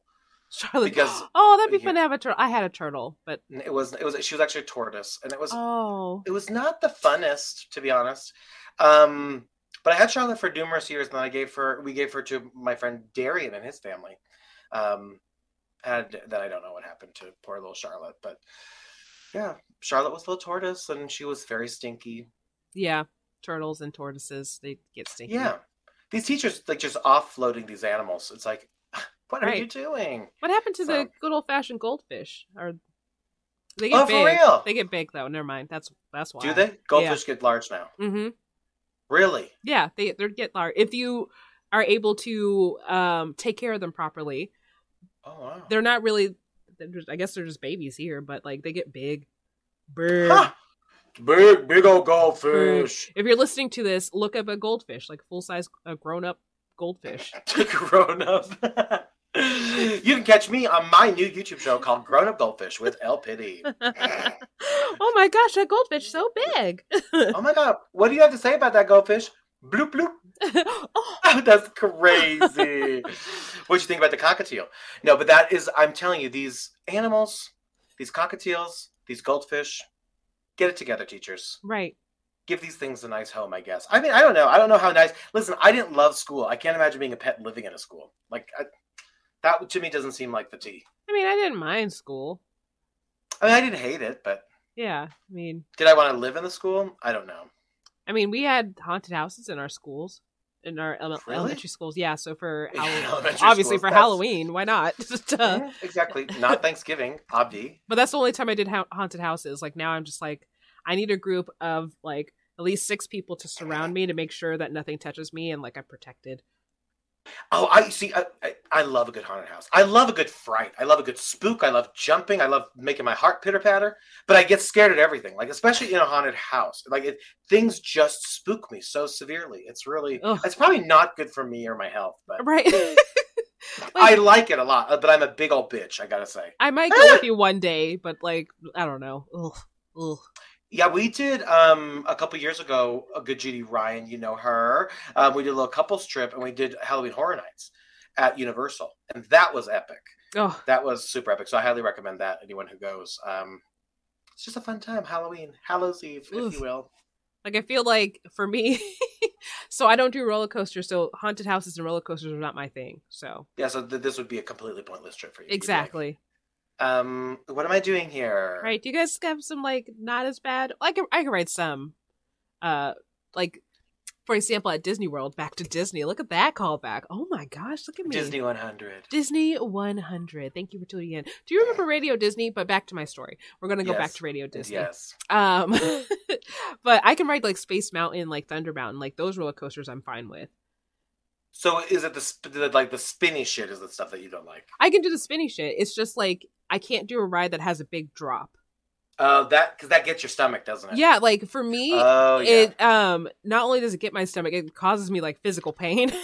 [SPEAKER 2] Charlotte.
[SPEAKER 3] Because-
[SPEAKER 2] oh, that'd be
[SPEAKER 3] yeah.
[SPEAKER 2] fun to have a turtle. I had a turtle, but
[SPEAKER 3] And It was it was she was actually a tortoise, and it was
[SPEAKER 2] oh,
[SPEAKER 3] it was not the funnest to be honest. Um, but I had Charlotte for numerous years, and then I gave her we gave her to my friend Darian and his family. Um, and then I don't know what happened to poor little Charlotte, but yeah, Charlotte was a little tortoise, and she was very stinky.
[SPEAKER 2] yeah, turtles and tortoises they get stinky.
[SPEAKER 3] Yeah, these teachers like just offloading these animals. It's like, what are you
[SPEAKER 2] Right.
[SPEAKER 3] doing?
[SPEAKER 2] What happened to the
[SPEAKER 3] So-
[SPEAKER 2] good old fashioned goldfish? Or they get
[SPEAKER 3] Oh,
[SPEAKER 2] big.
[SPEAKER 3] for real?
[SPEAKER 2] They get big though. Never mind. That's that's why.
[SPEAKER 3] Do they? Goldfish get large now.
[SPEAKER 2] Mm-hmm.
[SPEAKER 3] Really?
[SPEAKER 2] Yeah, they they get large if you are able to um take care of them properly.
[SPEAKER 3] Oh wow.
[SPEAKER 2] They're not really. They're just, I guess they're just babies here, but like they get big. Big.
[SPEAKER 3] Huh. Big, big old goldfish.
[SPEAKER 2] If you're listening to this, look up a goldfish, like full size, a grown up goldfish.
[SPEAKER 3] Grown up. you can catch me on my new YouTube show called Grown Up Goldfish with El Pity.
[SPEAKER 2] oh my gosh, that goldfish so big!
[SPEAKER 3] Oh my god, what do you have to say about that goldfish? Bloop bloop.
[SPEAKER 2] oh,
[SPEAKER 3] That's crazy. what do you think about the cockatiel? No, but that is I'm telling you, these animals, these cockatiels, these goldfish, get it together, teachers.
[SPEAKER 2] right.
[SPEAKER 3] give these things a nice home, I guess. I mean, I don't know. I don't know how nice. Listen, I didn't love school. I can't imagine being a pet living in a school. Like I, that to me doesn't seem like the tea.
[SPEAKER 2] I mean, I didn't mind school.
[SPEAKER 3] I mean, I didn't hate it, but
[SPEAKER 2] Yeah, I mean,
[SPEAKER 3] did I want to live in the school? I don't know.
[SPEAKER 2] I mean, we had haunted houses in our schools, in our ele-
[SPEAKER 3] Really?
[SPEAKER 2] elementary schools. Yeah, so for
[SPEAKER 3] In
[SPEAKER 2] Halloween,
[SPEAKER 3] elementary
[SPEAKER 2] obviously
[SPEAKER 3] schools,
[SPEAKER 2] for
[SPEAKER 3] that's-
[SPEAKER 2] Halloween, why not? Duh.
[SPEAKER 3] Mhm, exactly. Not Thanksgiving, Abdi.
[SPEAKER 2] But that's the only time I did ha- haunted houses. Like now, I'm just like, I need a group of like at least six people to surround me to make sure that nothing touches me and like I'm protected.
[SPEAKER 3] Oh, I see. I, I, I love a good haunted house. I love a good fright. I love a good spook. I love jumping. I love making my heart pitter patter. But I get scared at everything. Like especially in a haunted house. Like it, things just spook me so severely. It's really.
[SPEAKER 2] Ugh.
[SPEAKER 3] It's probably not good for me or my health. But
[SPEAKER 2] Right.
[SPEAKER 3] I like it a lot. uh, But I'm a big old bitch. I gotta say.
[SPEAKER 2] I might go with you one day, but like I don't know. Ugh. Ugh.
[SPEAKER 3] Yeah, we did um a couple years ago a good Judy Ryan, you know her. Um, we did a little couples trip and we did Halloween Horror Nights at Universal, and that was epic.
[SPEAKER 2] Oh,
[SPEAKER 3] That was super epic. So I highly recommend that anyone who goes. Um, it's just a fun time, Halloween, Hallows Eve, if
[SPEAKER 2] Oof.
[SPEAKER 3] you will.
[SPEAKER 2] like I feel like for me, so I don't do roller coasters. So haunted houses and roller coasters are not my thing. So
[SPEAKER 3] Yeah, so th- this would be a completely pointless trip for you. You'd be like,
[SPEAKER 2] exactly.
[SPEAKER 3] um, what am I doing here?
[SPEAKER 2] All right. Do you guys have some like not as bad? Like I can write some. Uh, like for example, at Disney World, back to Disney. Look at that callback. Oh my gosh, look at me.
[SPEAKER 3] Disney 100.
[SPEAKER 2] Disney 100. Thank you for tuning in. Do you remember Radio Disney? But back to my story. We're gonna go back
[SPEAKER 3] Yes.
[SPEAKER 2] to Radio Disney.
[SPEAKER 3] Yes.
[SPEAKER 2] Um, but I can ride like Space Mountain, like Thunder Mountain, like those roller coasters. I'm fine with.
[SPEAKER 3] So is it the, sp- the like the spinny shit is the stuff that you don't like?
[SPEAKER 2] I can do the spinny shit. It's just like I can't do a ride that has a big drop.
[SPEAKER 3] Uh, that because that gets your stomach, doesn't it?
[SPEAKER 2] Yeah, like for me,
[SPEAKER 3] Oh yeah.
[SPEAKER 2] it um not only does it get my stomach, it causes me like physical pain.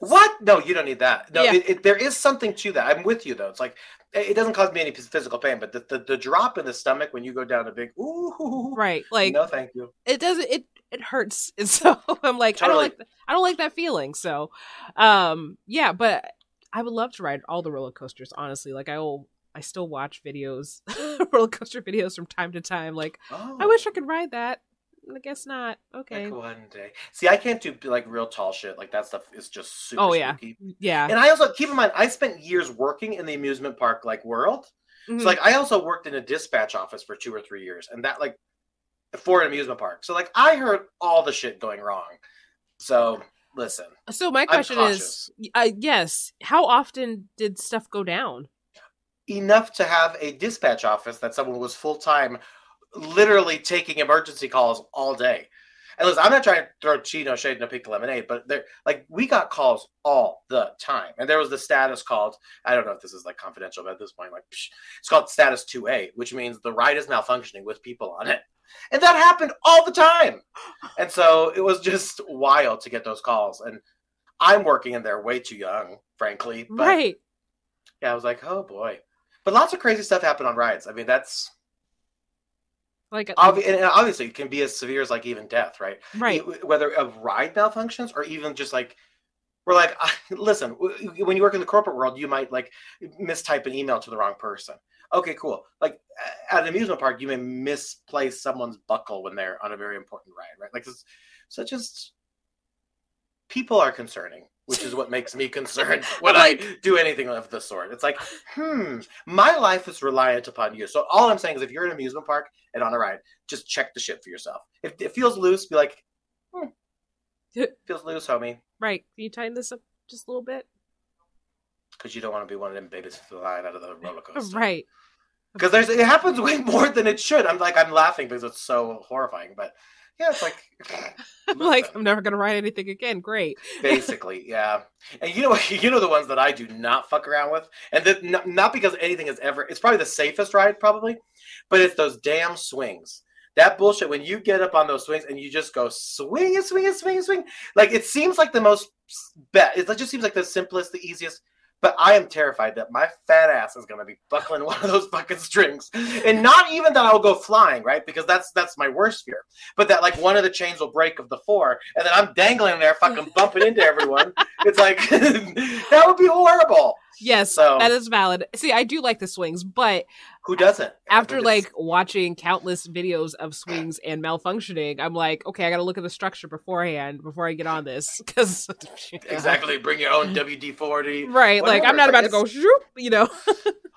[SPEAKER 3] What? No, you don't need that. No,
[SPEAKER 2] Yeah.
[SPEAKER 3] it, it, there is something to that. I'm with you though. It's like it it doesn't cause me any phys- physical pain, but the, the, the drop in the stomach when you go down a big ooh,
[SPEAKER 2] right, like
[SPEAKER 3] no, thank you.
[SPEAKER 2] it doesn't it it hurts and so i'm like i don't
[SPEAKER 3] Totally.
[SPEAKER 2] like th- i don't like that feeling so um yeah but i would love to ride all the roller coasters honestly like i will i still watch videos roller coaster videos from time to time like
[SPEAKER 3] Oh,
[SPEAKER 2] i wish i could ride that i guess not okay
[SPEAKER 3] like one day. See, I can't do like real tall shit. Like that stuff is just super.
[SPEAKER 2] Oh, yeah.
[SPEAKER 3] spooky.
[SPEAKER 2] yeah
[SPEAKER 3] And I also keep in mind, I spent years working in the amusement park like world.
[SPEAKER 2] Mhm.
[SPEAKER 3] So like, I also worked in a dispatch office for two or three years, and that like for an amusement park. So like, I heard all the shit going wrong. So listen.
[SPEAKER 2] so my question is
[SPEAKER 3] cautious.
[SPEAKER 2] uh, yes how often did stuff go down
[SPEAKER 3] enough to have a dispatch office that someone was full time, literally taking emergency calls all day. And listen, I'm not trying to throw Chino shade in a pink lemonade, but there, like, we got calls all the time. And there was the status called, I don't know if this is like confidential, but at this point, like, psh, it's called status 2A, which means the ride is malfunctioning with people on it. And that happened all the time. And so it was just wild to get those calls. And I'm working in there way too young, frankly. But
[SPEAKER 2] right
[SPEAKER 3] yeah, I was like, oh boy. But lots of crazy stuff happened on rides. I mean, that's
[SPEAKER 2] like uh,
[SPEAKER 3] obvi- and obviously it can be as severe as like even death, right?
[SPEAKER 2] right
[SPEAKER 3] E- Whether of ride malfunctions or even just like We're like, listen, w- when you work in the corporate world, you might like mistype an email to the wrong person. Okay, cool. Like at an amusement park, you may misplace someone's buckle when they're on a very important ride, right? Like, this, so just people are concerning which is what makes me concerned when like, I do anything of the sort. It's like, hmm, my life is reliant upon you. So all I'm saying is, if you're at an amusement park and on a ride, just check the shit for yourself. If it feels loose, be like, hmm, feels loose, homie.
[SPEAKER 2] Right? Can you tighten this up just a little bit?
[SPEAKER 3] Because you don't want to be one of them babies flying out of the roller coaster,
[SPEAKER 2] right?
[SPEAKER 3] Because there's it happens way more than it should. I'm like I'm laughing because it's so horrifying, but yeah, it's like
[SPEAKER 2] I'm like I'm never gonna ride anything again. Great.
[SPEAKER 3] Basically, yeah. And you know, you know the ones that I do not fuck around with, and that not, not because anything is ever. It's probably the safest ride, probably, but it's those damn swings. That bullshit. When you get up on those swings and you just go swing and swing and swing and swing, like it seems like the most bet. It just seems like the simplest, the easiest. But I am terrified that my fat ass is going to be buckling one of those fucking strings, and not even that I'll go flying, right? Because that's that's my worst fear. But that like one of the chains will break of the four, and then I'm dangling there, fucking bumping into everyone. It's like that would be horrible.
[SPEAKER 2] Yes, so, that is valid. See, I do like the swings, but
[SPEAKER 3] who doesn't?
[SPEAKER 2] After like watching countless videos of swings and malfunctioning, I'm like, okay, I got to look at the structure beforehand before I get on this because
[SPEAKER 3] yeah. exactly, bring your own WD forty.
[SPEAKER 2] Right, whatever. like I'm not about like, to go, shoop, you know.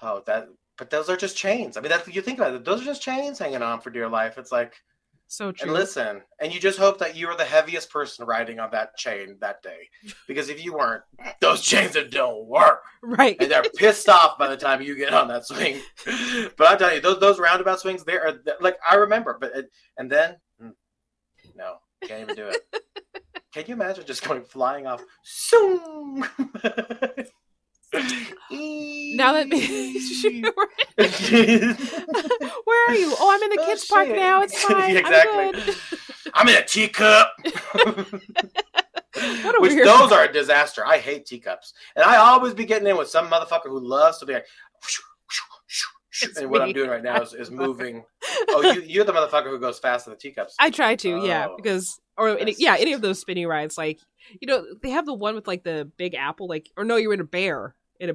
[SPEAKER 3] oh, that. But those are just chains. I mean, that's you think about it. Those are just chains hanging on for dear life. It's like
[SPEAKER 2] so true.
[SPEAKER 3] And listen, and you just hope that you were the heaviest person riding on that chain that day. Because if you weren't, those chains don't work.
[SPEAKER 2] Right.
[SPEAKER 3] And they're pissed off by the time you get on that swing. But I'll tell you, those, those roundabout swings, they are like, I remember, but, uh, and then, hmm, no, can't even do it. Can you imagine just going flying off? Soon!
[SPEAKER 2] now that where are you? Oh, I'm in the kids' oh, park now. It's fine. exactly.
[SPEAKER 3] I'm, I'm, in a teacup. Which those are a disaster. I hate teacups, and I always be getting in with some motherfucker who loves to be like. It's and what me. I'm doing right now is, is moving. Oh, you, you're the motherfucker who goes fast in the teacups.
[SPEAKER 2] I try to, oh, yeah, because or any, yeah, any of those spinny rides, like you know, they have the one with like the big apple, like or no, you're in a bear in a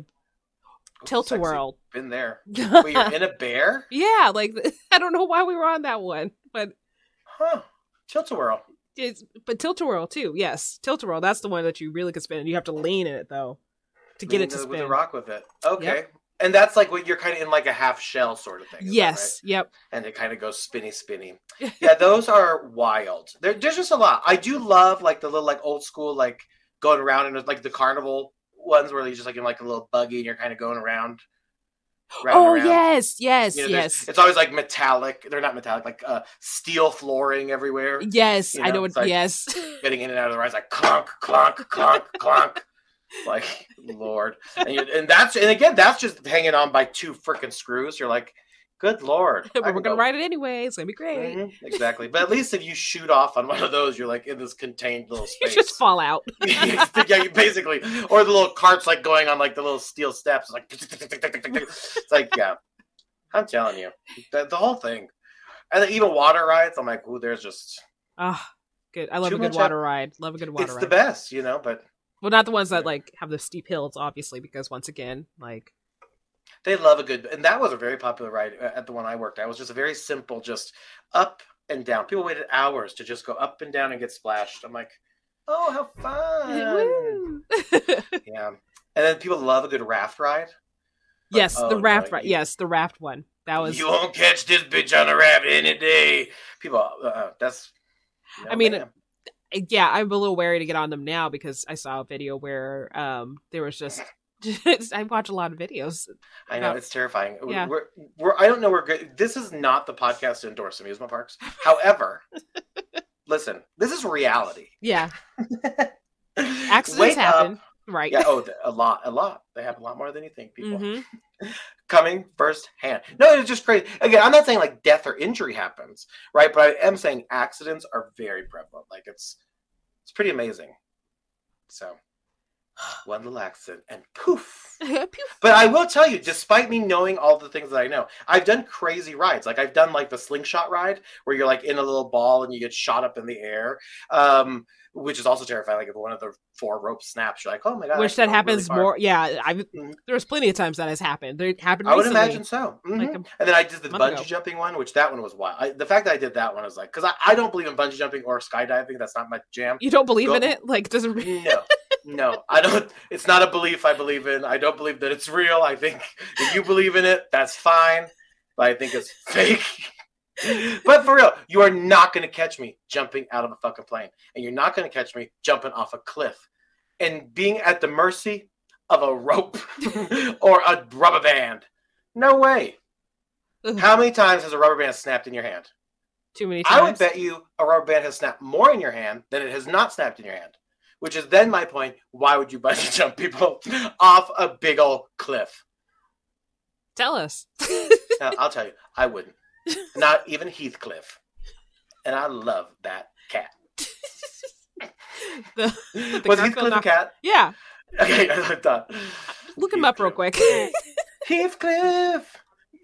[SPEAKER 2] tilt a whirl.
[SPEAKER 3] Been there. Wait, you're in a bear?
[SPEAKER 2] Yeah, like I don't know why we were on that one, but
[SPEAKER 3] huh? Tilt a whirl.
[SPEAKER 2] But tilt a whirl too. Yes, tilt a whirl. That's the one that you really could spin. You have to lean in it though to lean get it to
[SPEAKER 3] with
[SPEAKER 2] spin.
[SPEAKER 3] With rock with it. Okay. Yep. And that's like when you're kind of in like a half shell sort of thing.
[SPEAKER 2] Yes.
[SPEAKER 3] Right?
[SPEAKER 2] Yep.
[SPEAKER 3] And it kind of goes spinny, spinny. yeah, those are wild. There, there's just a lot. I do love like the little like old school like going around and like the carnival ones where you're just like in like a little buggy and you're kind of going around.
[SPEAKER 2] Oh around. yes, yes, you know, yes.
[SPEAKER 3] It's always like metallic. They're not metallic, like uh, steel flooring everywhere.
[SPEAKER 2] Yes, you know? I know. It,
[SPEAKER 3] like
[SPEAKER 2] yes,
[SPEAKER 3] getting in and out of the rides like clunk, clunk, clunk, clunk. Like lord, and, and, that's and again that's just hanging on by two freaking screws. You're like, good lord.
[SPEAKER 2] but we're gonna go. ride it anyway. It's gonna be great.
[SPEAKER 3] Mm-hmm, exactly. But at least if you shoot off on one of those, you're like in this contained little space.
[SPEAKER 2] You just fall out.
[SPEAKER 3] yeah, you basically. Or the little carts like going on like the little steel steps, like it's like yeah. I'm telling you, the, the whole thing, and even water rides. I'm like, ooh, there's just
[SPEAKER 2] ah, oh, good. I love a good water up. ride. Love a good water.
[SPEAKER 3] It's
[SPEAKER 2] ride.
[SPEAKER 3] the best, you know. But
[SPEAKER 2] well, not the ones that like have the steep hills, obviously, because once again, like
[SPEAKER 3] they love a good and that was a very popular ride uh, at the one i worked at it was just a very simple just up and down people waited hours to just go up and down and get splashed i'm like oh how Uh, fun yeah and then people love a good raft ride
[SPEAKER 2] but, yes oh, the raft no, ride you, yes the raft one that was
[SPEAKER 3] you won't catch this bitch on a raft any day people uh, that's
[SPEAKER 2] no i mean man. yeah i'm a little wary to get on them now because i saw a video where um there was just I watch a lot of videos.
[SPEAKER 3] I know about, it's terrifying. Yeah. We're, we're, I don't know. We're good. This is not the podcast to endorse amusement parks. However, listen, this is reality.
[SPEAKER 2] Yeah, accidents Wake happen, up. right?
[SPEAKER 3] Yeah. Oh, a lot, a lot. They happen a lot more than you think. People mm-hmm. coming firsthand. No, it's just crazy. Again, I'm not saying like death or injury happens, right? But I am saying accidents are very prevalent. Like it's it's pretty amazing. So one little accident, and poof. But I will tell you, despite me knowing all the things that I know, I've done crazy rides. Like I've done like the slingshot ride, where you're like in a little ball and you get shot up in the air, um, which is also terrifying. Like if one of the four rope snaps, you're like, oh my god.
[SPEAKER 2] Which
[SPEAKER 3] I
[SPEAKER 2] that
[SPEAKER 3] can go really
[SPEAKER 2] happens
[SPEAKER 3] far.
[SPEAKER 2] more. Yeah, I've
[SPEAKER 3] Mhm.
[SPEAKER 2] there's plenty of times that has happened. It happened.
[SPEAKER 3] I would
[SPEAKER 2] recently.
[SPEAKER 3] imagine so. Mhm.
[SPEAKER 2] Like um, a
[SPEAKER 3] and then I did the
[SPEAKER 2] month
[SPEAKER 3] bungee
[SPEAKER 2] ago.
[SPEAKER 3] jumping one, which that one was wild. I, the fact that I did that one I was like, because I, I don't believe in bungee jumping or skydiving. That's not my jam.
[SPEAKER 2] You don't believe
[SPEAKER 3] Go-
[SPEAKER 2] in it? Like doesn't.
[SPEAKER 3] No, no, I don't. It's not a belief I believe in. I don't believe that it's real. I think if you believe in it, that's fine. But I think it's fake. but for real, you are not going to catch me jumping out of a fucking plane, and you're not going to catch me jumping off a cliff, and being at the mercy of a rope or a rubber band. No way.
[SPEAKER 2] Ugh.
[SPEAKER 3] How many times has a rubber band snapped in your hand?
[SPEAKER 2] Too many times.
[SPEAKER 3] I would bet you a rubber band has snapped more in your hand than it has not snapped in your hand. Which is then my point. Why would you bungee jump people off a big old cliff?
[SPEAKER 2] Tell us.
[SPEAKER 3] Now, I'll tell you, I wouldn't. Not even Heathcliff. And I love that cat.
[SPEAKER 2] The-
[SPEAKER 3] Was
[SPEAKER 2] Garfield
[SPEAKER 3] Heathcliff a
[SPEAKER 2] knock-
[SPEAKER 3] cat?
[SPEAKER 2] yeah,
[SPEAKER 3] Okay, I thought.
[SPEAKER 2] look him up real quick.
[SPEAKER 3] Heathcliff.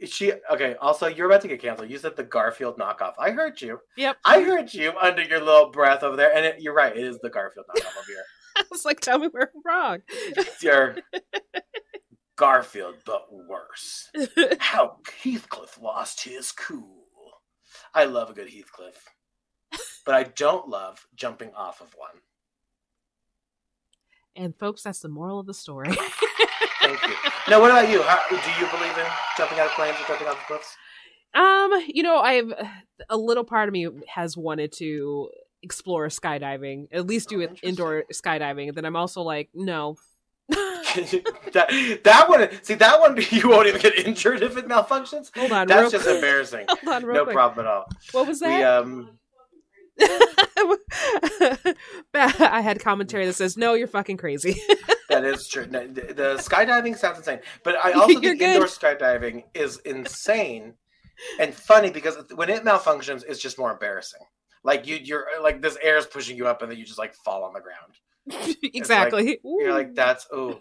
[SPEAKER 3] She okay. Also, you're about to get canceled. You said the Garfield knockoff. I heard you.
[SPEAKER 2] yep.
[SPEAKER 3] I heard you under your little breath over there. And it, you're right. It is the Garfield knockoff over here.
[SPEAKER 2] I was like, tell me where I'm wrong.
[SPEAKER 3] It's your Garfield, but worse. How Heathcliff lost his cool. I love a good Heathcliff, but I don't love jumping off of one.
[SPEAKER 2] And folks, that's the moral of the story.
[SPEAKER 3] Thank you. Now, what about you? How, do you believe in jumping out of planes or jumping off of cliffs?
[SPEAKER 2] Um, you know, I've a little part of me has wanted to explore skydiving, at least do
[SPEAKER 3] Oh,
[SPEAKER 2] it indoor skydiving. Then I'm also like, no.
[SPEAKER 3] that, that one, see, that one, you won't even get injured if it malfunctions.
[SPEAKER 2] Hold on, real
[SPEAKER 3] That's just
[SPEAKER 2] quick.
[SPEAKER 3] embarrassing.
[SPEAKER 2] Hold on, real
[SPEAKER 3] No
[SPEAKER 2] quick.
[SPEAKER 3] problem at all.
[SPEAKER 2] What was
[SPEAKER 3] We,
[SPEAKER 2] that?
[SPEAKER 3] um,
[SPEAKER 2] I had commentary that says, "No, you're fucking crazy."
[SPEAKER 3] That is true. No, the, the skydiving sounds insane, but I also
[SPEAKER 2] You're
[SPEAKER 3] think
[SPEAKER 2] good.
[SPEAKER 3] indoor skydiving is insane and funny because when it malfunctions, it's just more embarrassing. Like you, you're like this air is pushing you up, and then you just like fall on the ground.
[SPEAKER 2] exactly.
[SPEAKER 3] You're like that's oh,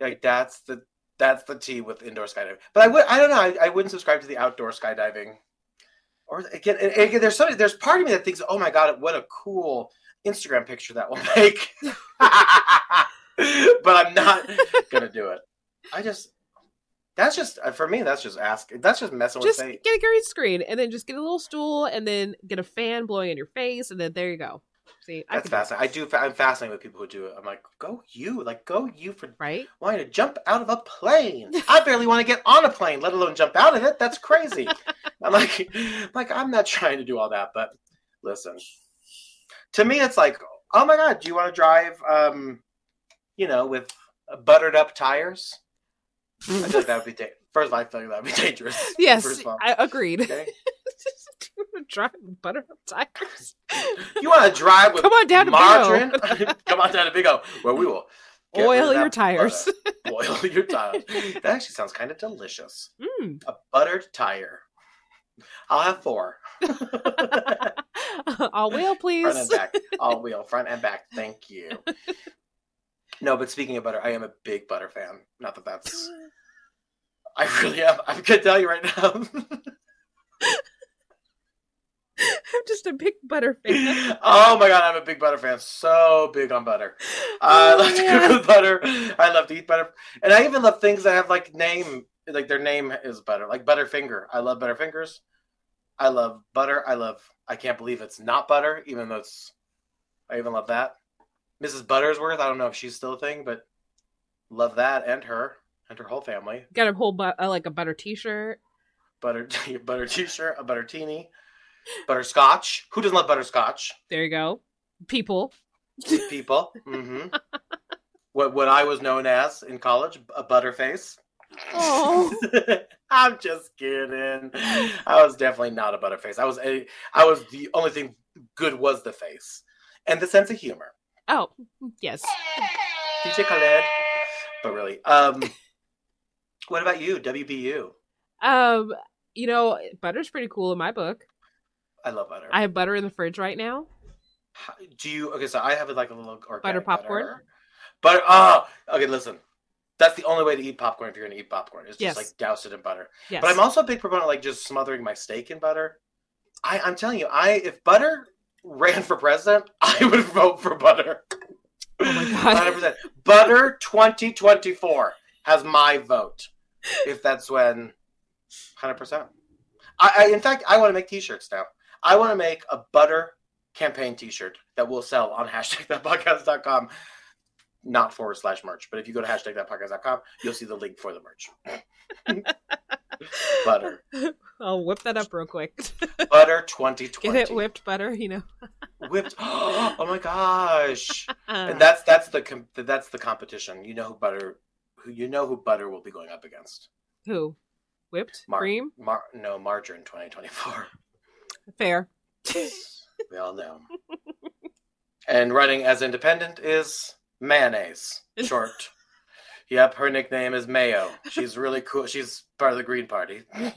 [SPEAKER 3] like that's the that's the tea with indoor skydiving. But I would I don't know I, I wouldn't subscribe to the outdoor skydiving. Or again, and- and again, there's so there's part of me that thinks, oh my god, what a cool Instagram picture that will make. but I'm not gonna do it. I just that's just uh, for me. That's just ask. That's just messing
[SPEAKER 2] just
[SPEAKER 3] with fate.
[SPEAKER 2] get a green screen, and then just get a little stool, and then get a fan blowing in your face, and then there you go. See, I can
[SPEAKER 3] That's
[SPEAKER 2] do it,
[SPEAKER 3] fascinating. I do. fa- I'm fascinated with people who do it. I'm like, go you. Like, go you for
[SPEAKER 2] right?
[SPEAKER 3] wanting to jump out of a plane. I barely want to get on a plane, let alone jump out of it. That's crazy. I'm like, like I'm not trying to do all that, but listen. To me, it's like, oh my god, do you want to drive, um, you know, with buttered up tires? I feel like that would be da- first. Of all, I feel like that would be dangerous.
[SPEAKER 2] Yes,
[SPEAKER 3] First of all.
[SPEAKER 2] I agreed.
[SPEAKER 3] Okay.
[SPEAKER 2] Drive butter up tires.
[SPEAKER 3] You want to drive with
[SPEAKER 2] Come on down to Margarine.
[SPEAKER 3] margarine? Come on down to Big O, where we will get rid
[SPEAKER 2] Oil
[SPEAKER 3] of
[SPEAKER 2] your
[SPEAKER 3] that
[SPEAKER 2] tires.
[SPEAKER 3] butter. Oil your tires. That actually sounds kind of delicious.
[SPEAKER 2] Mm.
[SPEAKER 3] a buttered tire. I'll have four.
[SPEAKER 2] All wheel,
[SPEAKER 3] Front
[SPEAKER 2] please.
[SPEAKER 3] and back. All wheel, front and back. Thank you. No, but speaking of butter, I am a big butter fan. Not that that's. I really am. I can tell you right now.
[SPEAKER 2] I'm just a big butter fan.
[SPEAKER 3] oh my god, I'm a big butter fan. So big on butter. I
[SPEAKER 2] Oh,
[SPEAKER 3] love to
[SPEAKER 2] man.
[SPEAKER 3] cook with butter. I love to eat butter, and I even love things that have like name, like their name is butter, like Butterfinger. I love Butterfingers. I love butter. I love. I can't believe it's not butter, even though it's. I even love that, Mrs. Buttersworth. I don't know if she's still a thing, but love that and her and her whole family.
[SPEAKER 2] Got a whole bu- uh, like a butter T-shirt.
[SPEAKER 3] Butter, butter t-shirt, a butter teeny, butterscotch. Who doesn't love butterscotch?
[SPEAKER 2] There you go. People.
[SPEAKER 3] people. hmm what what I was known as in college, a butterface.
[SPEAKER 2] Oh.
[SPEAKER 3] I'm just kidding. I was definitely not a butterface. I was a I was the only thing good was the face and the sense of humor.
[SPEAKER 2] Oh, yes.
[SPEAKER 3] DJ Khaled. But really, um, what about you? WBU.
[SPEAKER 2] Um, you know, butter's pretty cool in my book.
[SPEAKER 3] I love butter.
[SPEAKER 2] I have butter in the fridge right now.
[SPEAKER 3] How- Do you okay? So I have like a little organic
[SPEAKER 2] Butter popcorn?
[SPEAKER 3] butter. But ah, okay, listen. That's the only way to eat popcorn if you're going to eat popcorn. It's just
[SPEAKER 2] Yes.
[SPEAKER 3] like douse it in butter.
[SPEAKER 2] Yes.
[SPEAKER 3] But I'm also a big proponent of like just smothering my steak in butter. I, I'm telling you, I if butter ran for president, I would vote for butter.
[SPEAKER 2] Oh my God.
[SPEAKER 3] 100%. Butter 2024 has my vote. If that's when, 100%. I, I in fact, I want to make T-shirts now. I want to make a butter campaign T-shirt that will sell on hashtag thatpodcast.com. Not forward slash merch, but if you go to hashtag thatpodcast.com, you'll see the link for the merch. butter,
[SPEAKER 2] I'll whip that up real quick.
[SPEAKER 3] butter
[SPEAKER 2] Get
[SPEAKER 3] 2020,
[SPEAKER 2] it whipped butter, you know.
[SPEAKER 3] whipped. Oh my gosh!
[SPEAKER 2] Uh,
[SPEAKER 3] and that's that's the com- that's the competition. You know who butter who you know who butter will be going up against.
[SPEAKER 2] who? Whipped
[SPEAKER 3] Mar-
[SPEAKER 2] cream?
[SPEAKER 3] Mar- no, margarine 2024.
[SPEAKER 2] Fair.
[SPEAKER 3] we all know. and running as independent is mayonnaise. Short. yep, her nickname is Mayo. She's really cool. She's part of the Green Party.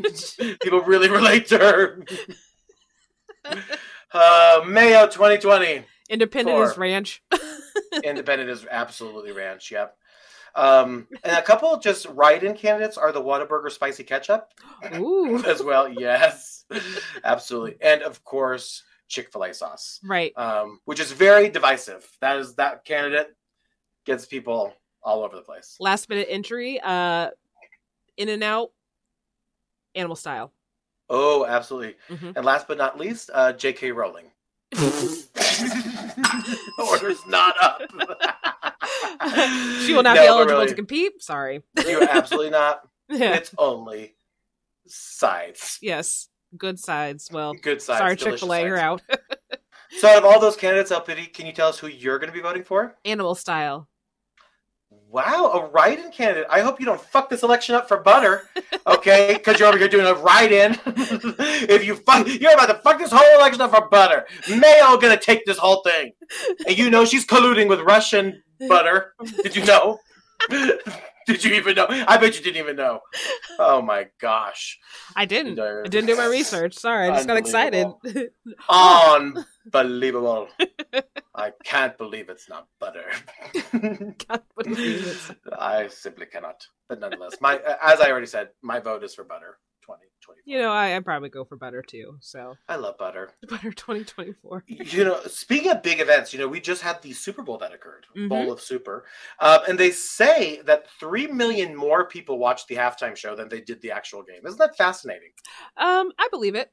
[SPEAKER 3] People really relate to her. Uh, Mayo 2020.
[SPEAKER 2] Independent is
[SPEAKER 3] Four.
[SPEAKER 2] ranch.
[SPEAKER 3] Independent is absolutely ranch. Yep. Um, and a couple just write-in candidates are the Whataburger spicy ketchup
[SPEAKER 2] Ooh.
[SPEAKER 3] as well. Yes, absolutely, and of course Chick Fil A sauce,
[SPEAKER 2] Right.
[SPEAKER 3] um, which is very divisive. That is that candidate gets people all over the place.
[SPEAKER 2] Last minute entry. Uh, in and out. Animal style.
[SPEAKER 3] Oh, absolutely.
[SPEAKER 2] Mhm.
[SPEAKER 3] And last but not least, uh, J.K. Rowling. Orders not up.
[SPEAKER 2] she will not
[SPEAKER 3] No,
[SPEAKER 2] be
[SPEAKER 3] but
[SPEAKER 2] eligible
[SPEAKER 3] really,
[SPEAKER 2] to compete. Sorry.
[SPEAKER 3] You're absolutely not.
[SPEAKER 2] Yeah.
[SPEAKER 3] It's only sides.
[SPEAKER 2] yes. Good sides. Well,
[SPEAKER 3] Good sides.
[SPEAKER 2] sorry, Chick
[SPEAKER 3] delicious
[SPEAKER 2] Fil A, you're
[SPEAKER 3] sides.
[SPEAKER 2] out.
[SPEAKER 3] So, out of all those candidates, LPD, can you tell us who you're going to be voting for?
[SPEAKER 2] Animal style.
[SPEAKER 3] Wow, a write-in candidate. I hope you don't fuck this election up for butter, okay? Because you're over here doing a write-in. if you fuck, you're about to fuck this whole election up for butter. Mayo gonna take this whole thing, and you know she's colluding with Russian butter. Did you know? Did you even know? I bet you didn't even know. Oh my gosh!
[SPEAKER 2] I didn't. I didn't do my research. Sorry, I just got excited.
[SPEAKER 3] Unbelievable! I can't believe it's not butter.
[SPEAKER 2] God, what a genius.
[SPEAKER 3] I simply cannot. But nonetheless, my as I already said, my vote is for butter. Twenty twenty.
[SPEAKER 2] you know, I, I probably go for butter too. So
[SPEAKER 3] I love butter.
[SPEAKER 2] butter 2024.
[SPEAKER 3] You know, speaking of big events, you know, we just had the Super Bowl that occurred,
[SPEAKER 2] Mhm.
[SPEAKER 3] Bowl of Super, um, and they say that three million more people watched the halftime show than they did the actual game. Isn't that fascinating?
[SPEAKER 2] Um, I believe it.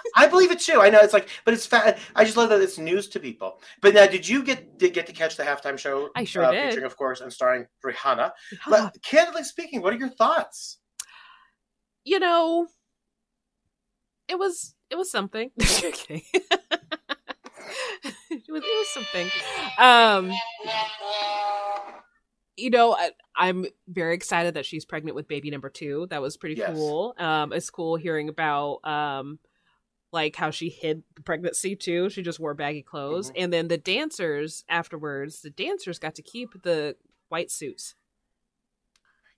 [SPEAKER 3] I believe it too. I know it's like, but it's fa- I just love that it's news to people. But now, did you get did get to catch the halftime show? uh,
[SPEAKER 2] I sure did.
[SPEAKER 3] Featuring, of course, and starring Rihanna. But candidly speaking, what are your thoughts?
[SPEAKER 2] you know, it was it was something. okay. it, was, it was something. Um, you know, I, I'm very excited that she's pregnant with baby number two. That was pretty
[SPEAKER 3] Yes.
[SPEAKER 2] cool. Um, it's cool hearing about um, like how she hid the pregnancy too. She just wore baggy clothes,
[SPEAKER 3] Mhm.
[SPEAKER 2] and then the dancers afterwards. The dancers got to keep the white suits.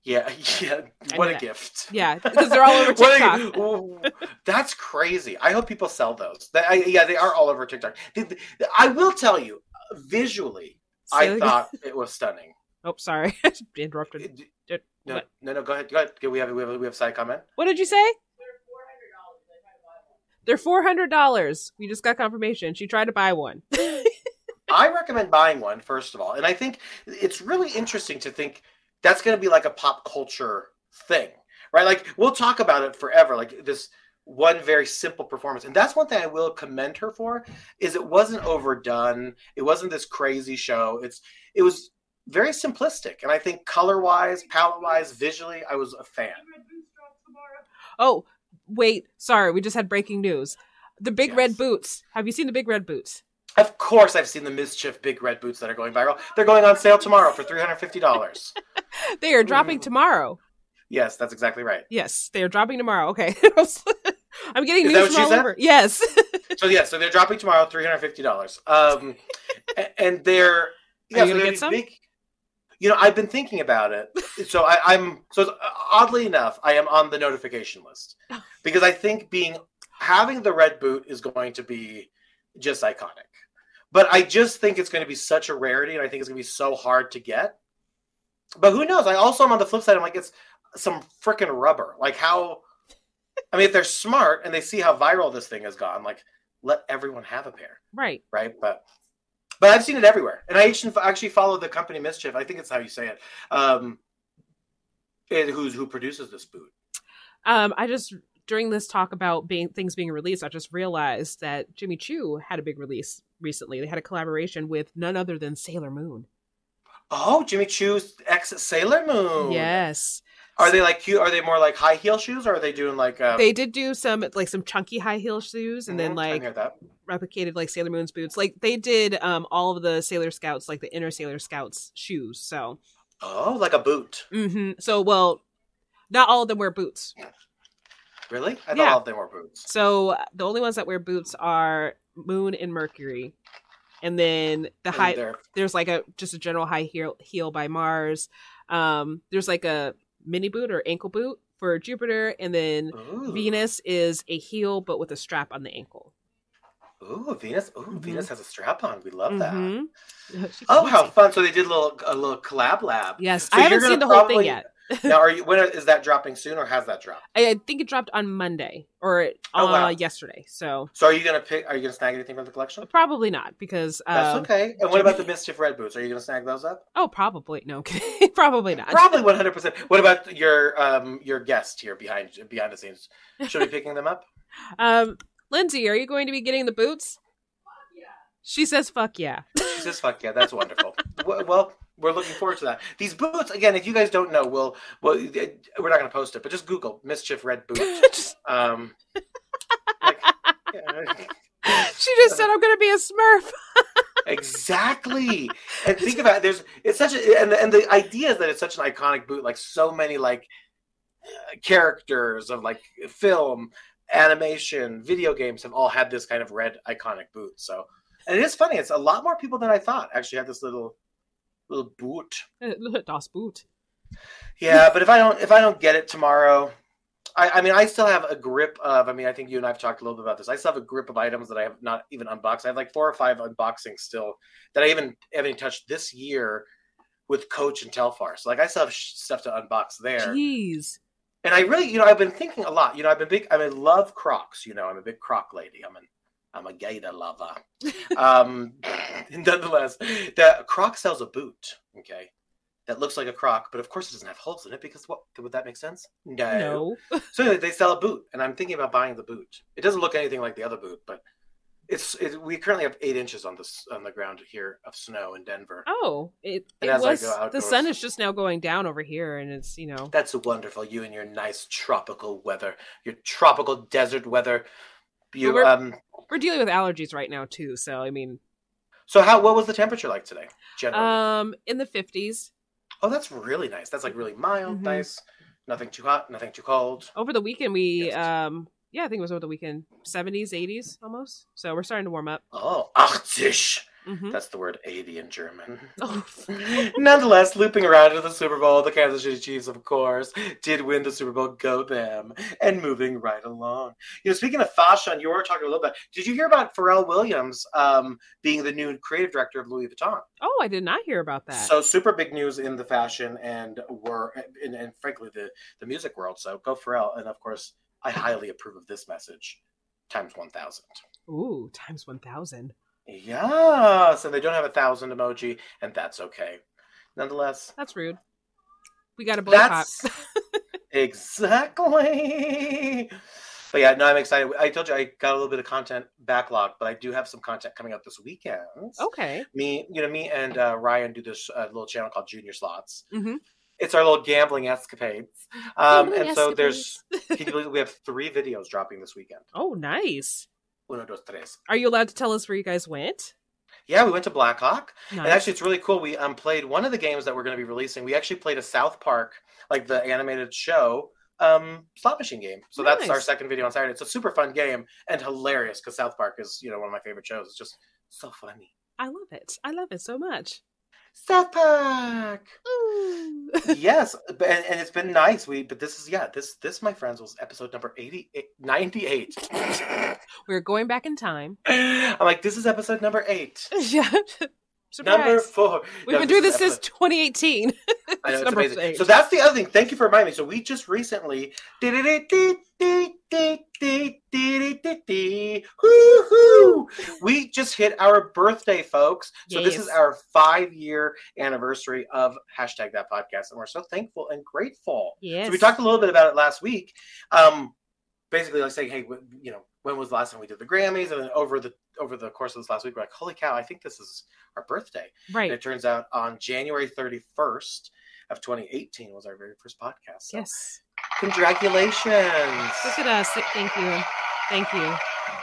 [SPEAKER 3] Yeah, yeah.
[SPEAKER 2] I
[SPEAKER 3] What
[SPEAKER 2] knew
[SPEAKER 3] a
[SPEAKER 2] that.
[SPEAKER 3] gift.
[SPEAKER 2] Yeah, because they're all over
[SPEAKER 3] What
[SPEAKER 2] TikTok.
[SPEAKER 3] a- ooh, that's crazy. I hope people sell those. That- I- yeah, they are all over TikTok. Th- th- I will tell you, visually, I
[SPEAKER 2] So-
[SPEAKER 3] thought it was stunning.
[SPEAKER 2] Oh, sorry, interrupted.
[SPEAKER 3] It-
[SPEAKER 2] it-
[SPEAKER 3] no,
[SPEAKER 2] what?
[SPEAKER 3] no, no. Go ahead. Go ahead. We have we have we have a side comment.
[SPEAKER 2] What did you say? They're four hundred dollars. We just got confirmation. She tried to buy one.
[SPEAKER 3] I recommend buying one first of all, and I think it's really interesting to think that's going to be like a pop culture thing, right? Like we'll talk about it forever, like this one very simple performance. And that's one thing I will commend her for is it wasn't overdone. It wasn't this crazy show. It's it was very simplistic, and I think color-wise, palette-wise, visually, I was a fan.
[SPEAKER 2] Oh, wait, sorry, we just had breaking news. The big
[SPEAKER 3] Yes.
[SPEAKER 2] red boots. Have you seen the big red boots?
[SPEAKER 3] Of course, I've seen the mischief big red boots that are going viral. They're going on sale tomorrow for three hundred fifty dollars.
[SPEAKER 2] They are dropping
[SPEAKER 3] Mm.
[SPEAKER 2] tomorrow.
[SPEAKER 3] yes, that's exactly right.
[SPEAKER 2] Yes, they are dropping tomorrow. Okay, I'm getting
[SPEAKER 3] Is that
[SPEAKER 2] news
[SPEAKER 3] what
[SPEAKER 2] from
[SPEAKER 3] she
[SPEAKER 2] all
[SPEAKER 3] said?
[SPEAKER 2] over. Yes,
[SPEAKER 3] So yeah, so they're dropping tomorrow, three hundred fifty dollars. Um, a- and they're yeah,
[SPEAKER 2] you gonna
[SPEAKER 3] so they're
[SPEAKER 2] get
[SPEAKER 3] these
[SPEAKER 2] some?
[SPEAKER 3] Big, you know, I've been thinking about it. So I, I'm so it's- uh, oddly enough, I am on the notification list
[SPEAKER 2] Oh.
[SPEAKER 3] because I think being having the red boot is going to be just iconic. But I just think it's going to be such a rarity, and I think it's going to be so hard to get. But who knows? I also am on the flip side. I'm like, it's some freaking rubber. Like how? I mean, if they're smart and they see how viral this thing has gone, like let everyone have a pair,
[SPEAKER 2] Right.
[SPEAKER 3] right? But but I've seen it everywhere, and I actually actually follow the company Mischief. I think it's how you say it. Um, it who's who produces this boot?
[SPEAKER 2] Um, I just during this talk about being things being released, I just realized that Jimmy Choo had a big release recently. They had a collaboration with none other than Sailor Moon.
[SPEAKER 3] Oh, Jimmy Choo's ex Sailor Moon.
[SPEAKER 2] Yes,
[SPEAKER 3] Are they like cute? Are they more like high heel shoes, or are they doing like? Um,
[SPEAKER 2] they did do some like some chunky high heel shoes, and then
[SPEAKER 3] Mhm, I
[SPEAKER 2] like
[SPEAKER 3] hear that.
[SPEAKER 2] replicated like Sailor Moon's boots. Like they did um all of the Sailor Scouts, like the inner Sailor Scouts shoes. So,
[SPEAKER 3] Oh, like a boot.
[SPEAKER 2] hmm so well, not all of them wear boots.
[SPEAKER 3] Really? I thought
[SPEAKER 2] Yeah.
[SPEAKER 3] all of them were boots.
[SPEAKER 2] So uh, the only ones that wear boots are Moon and Mercury, and then the
[SPEAKER 3] And
[SPEAKER 2] high.
[SPEAKER 3] they're-
[SPEAKER 2] There's like a just a general high heel heel by Mars. Um, there's like a mini boot or ankle boot for Jupiter, and then
[SPEAKER 3] Ooh.
[SPEAKER 2] Venus is a heel but with a strap on the ankle.
[SPEAKER 3] Ooh, Venus. Ooh,
[SPEAKER 2] Mm-hmm.
[SPEAKER 3] Venus has a strap on. We love that.
[SPEAKER 2] Mhm. She
[SPEAKER 3] Oh,
[SPEAKER 2] can
[SPEAKER 3] how
[SPEAKER 2] see.
[SPEAKER 3] fun! So they did a little a little collab lab.
[SPEAKER 2] Yes,
[SPEAKER 3] So
[SPEAKER 2] I
[SPEAKER 3] you're
[SPEAKER 2] haven't
[SPEAKER 3] gonna
[SPEAKER 2] seen the whole thing
[SPEAKER 3] probably-
[SPEAKER 2] yet.
[SPEAKER 3] now, are you? When are- is that dropping soon, or has that dropped?
[SPEAKER 2] I I think it dropped on Monday or
[SPEAKER 3] Oh,
[SPEAKER 2] uh,
[SPEAKER 3] wow.
[SPEAKER 2] yesterday. So
[SPEAKER 3] So are you gonna pick? Are you gonna snag anything from the collection?
[SPEAKER 2] probably not because um,
[SPEAKER 3] That's okay. And what about the mischief red boots? Are you gonna snag those up?
[SPEAKER 2] oh, probably no, probably not.
[SPEAKER 3] Probably one hundred percent. What about your um your guest here behind behind the scenes? Should we be picking them up?
[SPEAKER 2] Um, Lindsay, are you going to be getting the boots? She says, "Fuck yeah."
[SPEAKER 3] She says, "Fuck yeah, that's wonderful." W- well, we're looking forward to that. These boots, again, if you guys don't know, we'll well it- we're not going to post it, but just Google mischief red boots.
[SPEAKER 2] Just-
[SPEAKER 3] Um, like, yeah,
[SPEAKER 2] she just said, "I'm going to be a Smurf."
[SPEAKER 3] exactly. And think about it, there's it's such a and the, and the idea is that it's such an iconic boot, like so many like uh, characters of like film, animation, video games have all had this kind of red iconic boot. So, and it is funny. It's a lot more people than I thought actually had this little little boot.
[SPEAKER 2] das Boot.
[SPEAKER 3] Yeah, but if I don't if I don't get it tomorrow, I, I mean I still have a grip of I mean I think you and I've talked a little bit about this. I still have a grip of items that I have not even unboxed. I have like four or five unboxings still that I even haven't touched this year with Coach and Telfar. So like I still have sh- stuff to unbox there.
[SPEAKER 2] Jeez.
[SPEAKER 3] And I really you know I've been thinking a lot. You know I've been big I mean love Crocs. You know I'm a big Croc lady. I'm an I'm a gator lover. um, nonetheless, the Croc sells a boot. Okay. That looks like a croc, but of course it doesn't have holes in it because what would that make sense?
[SPEAKER 2] No.
[SPEAKER 3] So anyway, they sell a boot, and I'm thinking about buying the boot. It doesn't look anything like the other boot, but it's it, we currently have eight inches on this on the ground here of snow in Denver.
[SPEAKER 2] Oh, it,
[SPEAKER 3] And
[SPEAKER 2] it
[SPEAKER 3] as I
[SPEAKER 2] was.
[SPEAKER 3] go
[SPEAKER 2] The
[SPEAKER 3] outdoors-
[SPEAKER 2] sun is just now going down over here, and it's you know.
[SPEAKER 3] That's wonderful. You and your nice tropical weather, your tropical desert weather. You
[SPEAKER 2] we're-
[SPEAKER 3] um.
[SPEAKER 2] We're dealing with allergies right now too, so I mean,
[SPEAKER 3] So how what was the temperature like today? Generally,
[SPEAKER 2] um, in the fifties
[SPEAKER 3] oh, that's really nice. That's like really mild,
[SPEAKER 2] Mhm.
[SPEAKER 3] nice, nothing too hot, nothing too cold.
[SPEAKER 2] over the weekend we
[SPEAKER 3] Yes.
[SPEAKER 2] um yeah I think it was over the weekend seventies eighties almost. So we're starting to warm up.
[SPEAKER 3] Oh, 80.
[SPEAKER 2] hmm
[SPEAKER 3] That's the word 80 in German.
[SPEAKER 2] Oh,
[SPEAKER 3] Nonetheless, looping around to the Super Bowl, the Kansas City Chiefs, of course, did win the Super Bowl. Go them! And moving right along. You know, speaking of fashion, you were talking a little bit. Did you hear about Pharrell Williams um, being the new creative director of Louis Vuitton?
[SPEAKER 2] oh, I did not hear about that.
[SPEAKER 3] So super big news in the fashion and were and, and frankly the the music world. So go Pharrell, and of course, I highly approve of this message times one thousand.
[SPEAKER 2] Ooh, times one thousand.
[SPEAKER 3] Yes, and they don't have a thousand emoji, and that's okay. Nonetheless,
[SPEAKER 2] That's rude. We got a boycott.
[SPEAKER 3] that's exactly. But yeah, no, I'm excited. I told you I got a little bit of content backlog, but I do have some content coming up this weekend.
[SPEAKER 2] Okay.
[SPEAKER 3] Me, you know, me and uh, Ryan do this uh, little channel called Junior Slots.
[SPEAKER 2] Mhm.
[SPEAKER 3] It's our little gambling escapades, um,
[SPEAKER 2] Gambling
[SPEAKER 3] and so there's. Can you believe we have three videos dropping this weekend?
[SPEAKER 2] Oh, nice.
[SPEAKER 3] Uno, dos, tres.
[SPEAKER 2] Are you allowed to tell us where you guys went?
[SPEAKER 3] Yeah, we went to Blackhawk.
[SPEAKER 2] Nice.
[SPEAKER 3] And actually, it's really cool. We um, played one of the games that we're going to be releasing. We actually played a South Park, like the animated show, um, slot machine game. So that's our
[SPEAKER 2] Nice.
[SPEAKER 3] second video on Saturday. It's a super fun game and hilarious because South Park is, you know, one of my favorite shows. It's just so funny.
[SPEAKER 2] I love it. I love it so much.
[SPEAKER 3] South Park.
[SPEAKER 2] Ooh.
[SPEAKER 3] yes, but, and, and it's been nice. We but this is yeah this this my friends was episode number 80, 98.
[SPEAKER 2] We're going back in time.
[SPEAKER 3] I'm like this is episode number eight.
[SPEAKER 2] yeah. Surprise.
[SPEAKER 3] Number four.
[SPEAKER 2] We've
[SPEAKER 3] No,
[SPEAKER 2] been doing this
[SPEAKER 3] is
[SPEAKER 2] since
[SPEAKER 3] episode-
[SPEAKER 2] 2018.
[SPEAKER 3] I know,
[SPEAKER 2] It's
[SPEAKER 3] it's
[SPEAKER 2] number
[SPEAKER 3] amazing.
[SPEAKER 2] eight.
[SPEAKER 3] So that's the other thing. Thank you for reminding me. So we just recently Woo-hoo! we just hit our birthday, folks. So this is
[SPEAKER 2] Yes.
[SPEAKER 3] our five-year anniversary of hashtag that podcast, and we're so thankful and grateful.
[SPEAKER 2] Yes.
[SPEAKER 3] So we talked a little bit about it last week. Um, basically, like saying, hey, wh- you know, when was the last time we did the Grammys? And then over the over the course of this last week, we're like, holy cow, I think this is our birthday. And
[SPEAKER 2] right.
[SPEAKER 3] it turns out on January 31st of 2018 was our very first podcast. So
[SPEAKER 2] Yes.
[SPEAKER 3] congratulations.
[SPEAKER 2] Look at us. Thank you. Thank you.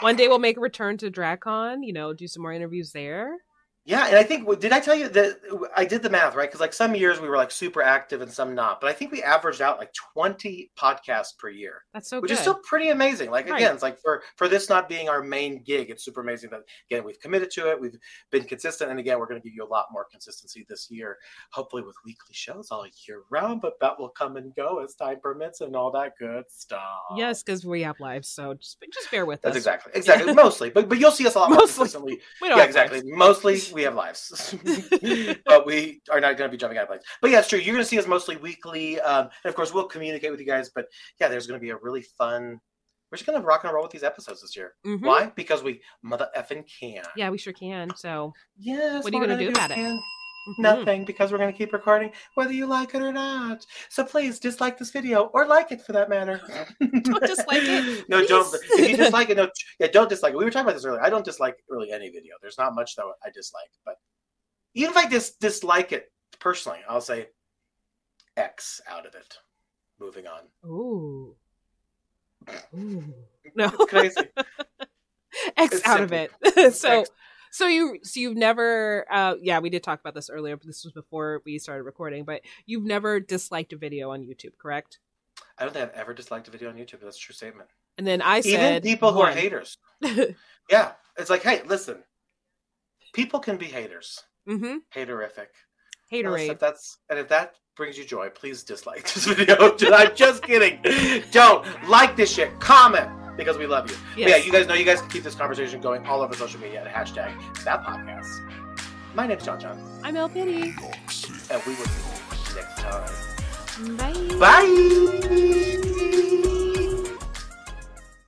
[SPEAKER 2] One day we'll make a return to DragCon, you know, do some more interviews there.
[SPEAKER 3] Yeah, and I think did I tell you that I did the math right? Because like some years we were like super active and some not, but I think we averaged out like 20 podcasts per year.
[SPEAKER 2] That's so
[SPEAKER 3] which
[SPEAKER 2] good.
[SPEAKER 3] is still pretty amazing. Like
[SPEAKER 2] Right.
[SPEAKER 3] again, it's like for for this not being our main gig, it's super amazing that again we've committed to it, we've been consistent, and again we're going to give you a lot more consistency this year, hopefully with weekly shows all year round. But that will come and go as time permits and all that good stuff.
[SPEAKER 2] yes, because we have lives, so just just bear with
[SPEAKER 3] that's
[SPEAKER 2] us.
[SPEAKER 3] exactly exactly mostly, but but you'll see us a lot more
[SPEAKER 2] Mostly.
[SPEAKER 3] consistently.
[SPEAKER 2] We don't
[SPEAKER 3] Yeah,
[SPEAKER 2] have
[SPEAKER 3] exactly.
[SPEAKER 2] lives.
[SPEAKER 3] Mostly we have lives, but we are not going to be jumping out of planes. But yeah, it's true. You're going to see us mostly weekly, um, and of course we'll communicate with you guys. But yeah, there's going to be a really fun. We're just going to rock and roll with these episodes this year.
[SPEAKER 2] Mhm.
[SPEAKER 3] Why? Because we mother effing can.
[SPEAKER 2] Yeah, we sure can. So
[SPEAKER 3] Yes.
[SPEAKER 2] What are you
[SPEAKER 3] we're
[SPEAKER 2] gonna
[SPEAKER 3] gonna
[SPEAKER 2] do about it?
[SPEAKER 3] can.
[SPEAKER 2] mhm.
[SPEAKER 3] Nothing, because we're going to keep recording whether you like it or not. So please dislike this video or like it for that matter. don't
[SPEAKER 2] dislike it,
[SPEAKER 3] No, don't.
[SPEAKER 2] please.
[SPEAKER 3] If you dislike it, no, yeah, don't dislike it. We were talking about this earlier. I don't dislike really any video. There's not much that I dislike, but even if I dis- dislike it personally, I'll say X out of it. Moving on.
[SPEAKER 2] mm-hmm. Ooh. Ooh. No.
[SPEAKER 3] It's crazy.
[SPEAKER 2] X
[SPEAKER 3] It's
[SPEAKER 2] out
[SPEAKER 3] simple.
[SPEAKER 2] of it. so
[SPEAKER 3] X.
[SPEAKER 2] so you so you've never uh yeah, we did talk about this earlier, but this was before we started recording, but you've never disliked a video on YouTube, correct?
[SPEAKER 3] I don't think I've ever disliked a video on YouTube. That's a true statement.
[SPEAKER 2] And then I
[SPEAKER 3] Even
[SPEAKER 2] said
[SPEAKER 3] people who are
[SPEAKER 2] one.
[SPEAKER 3] haters. Yeah. It's like, hey, listen, people can be haters.
[SPEAKER 2] mm-hmm.
[SPEAKER 3] Haterific. Well,
[SPEAKER 2] Haterade.
[SPEAKER 3] If that's and if that brings you joy, please dislike this video. I'm just kidding. Don't like this shit. Comment because we love you. But Yeah,
[SPEAKER 2] Yes.
[SPEAKER 3] you guys know you guys can keep this conversation going all over social media at hashtag that podcast. My name's John John,
[SPEAKER 2] I'm El Penny.
[SPEAKER 3] and we will see you next time.
[SPEAKER 2] Bye.
[SPEAKER 3] Bye.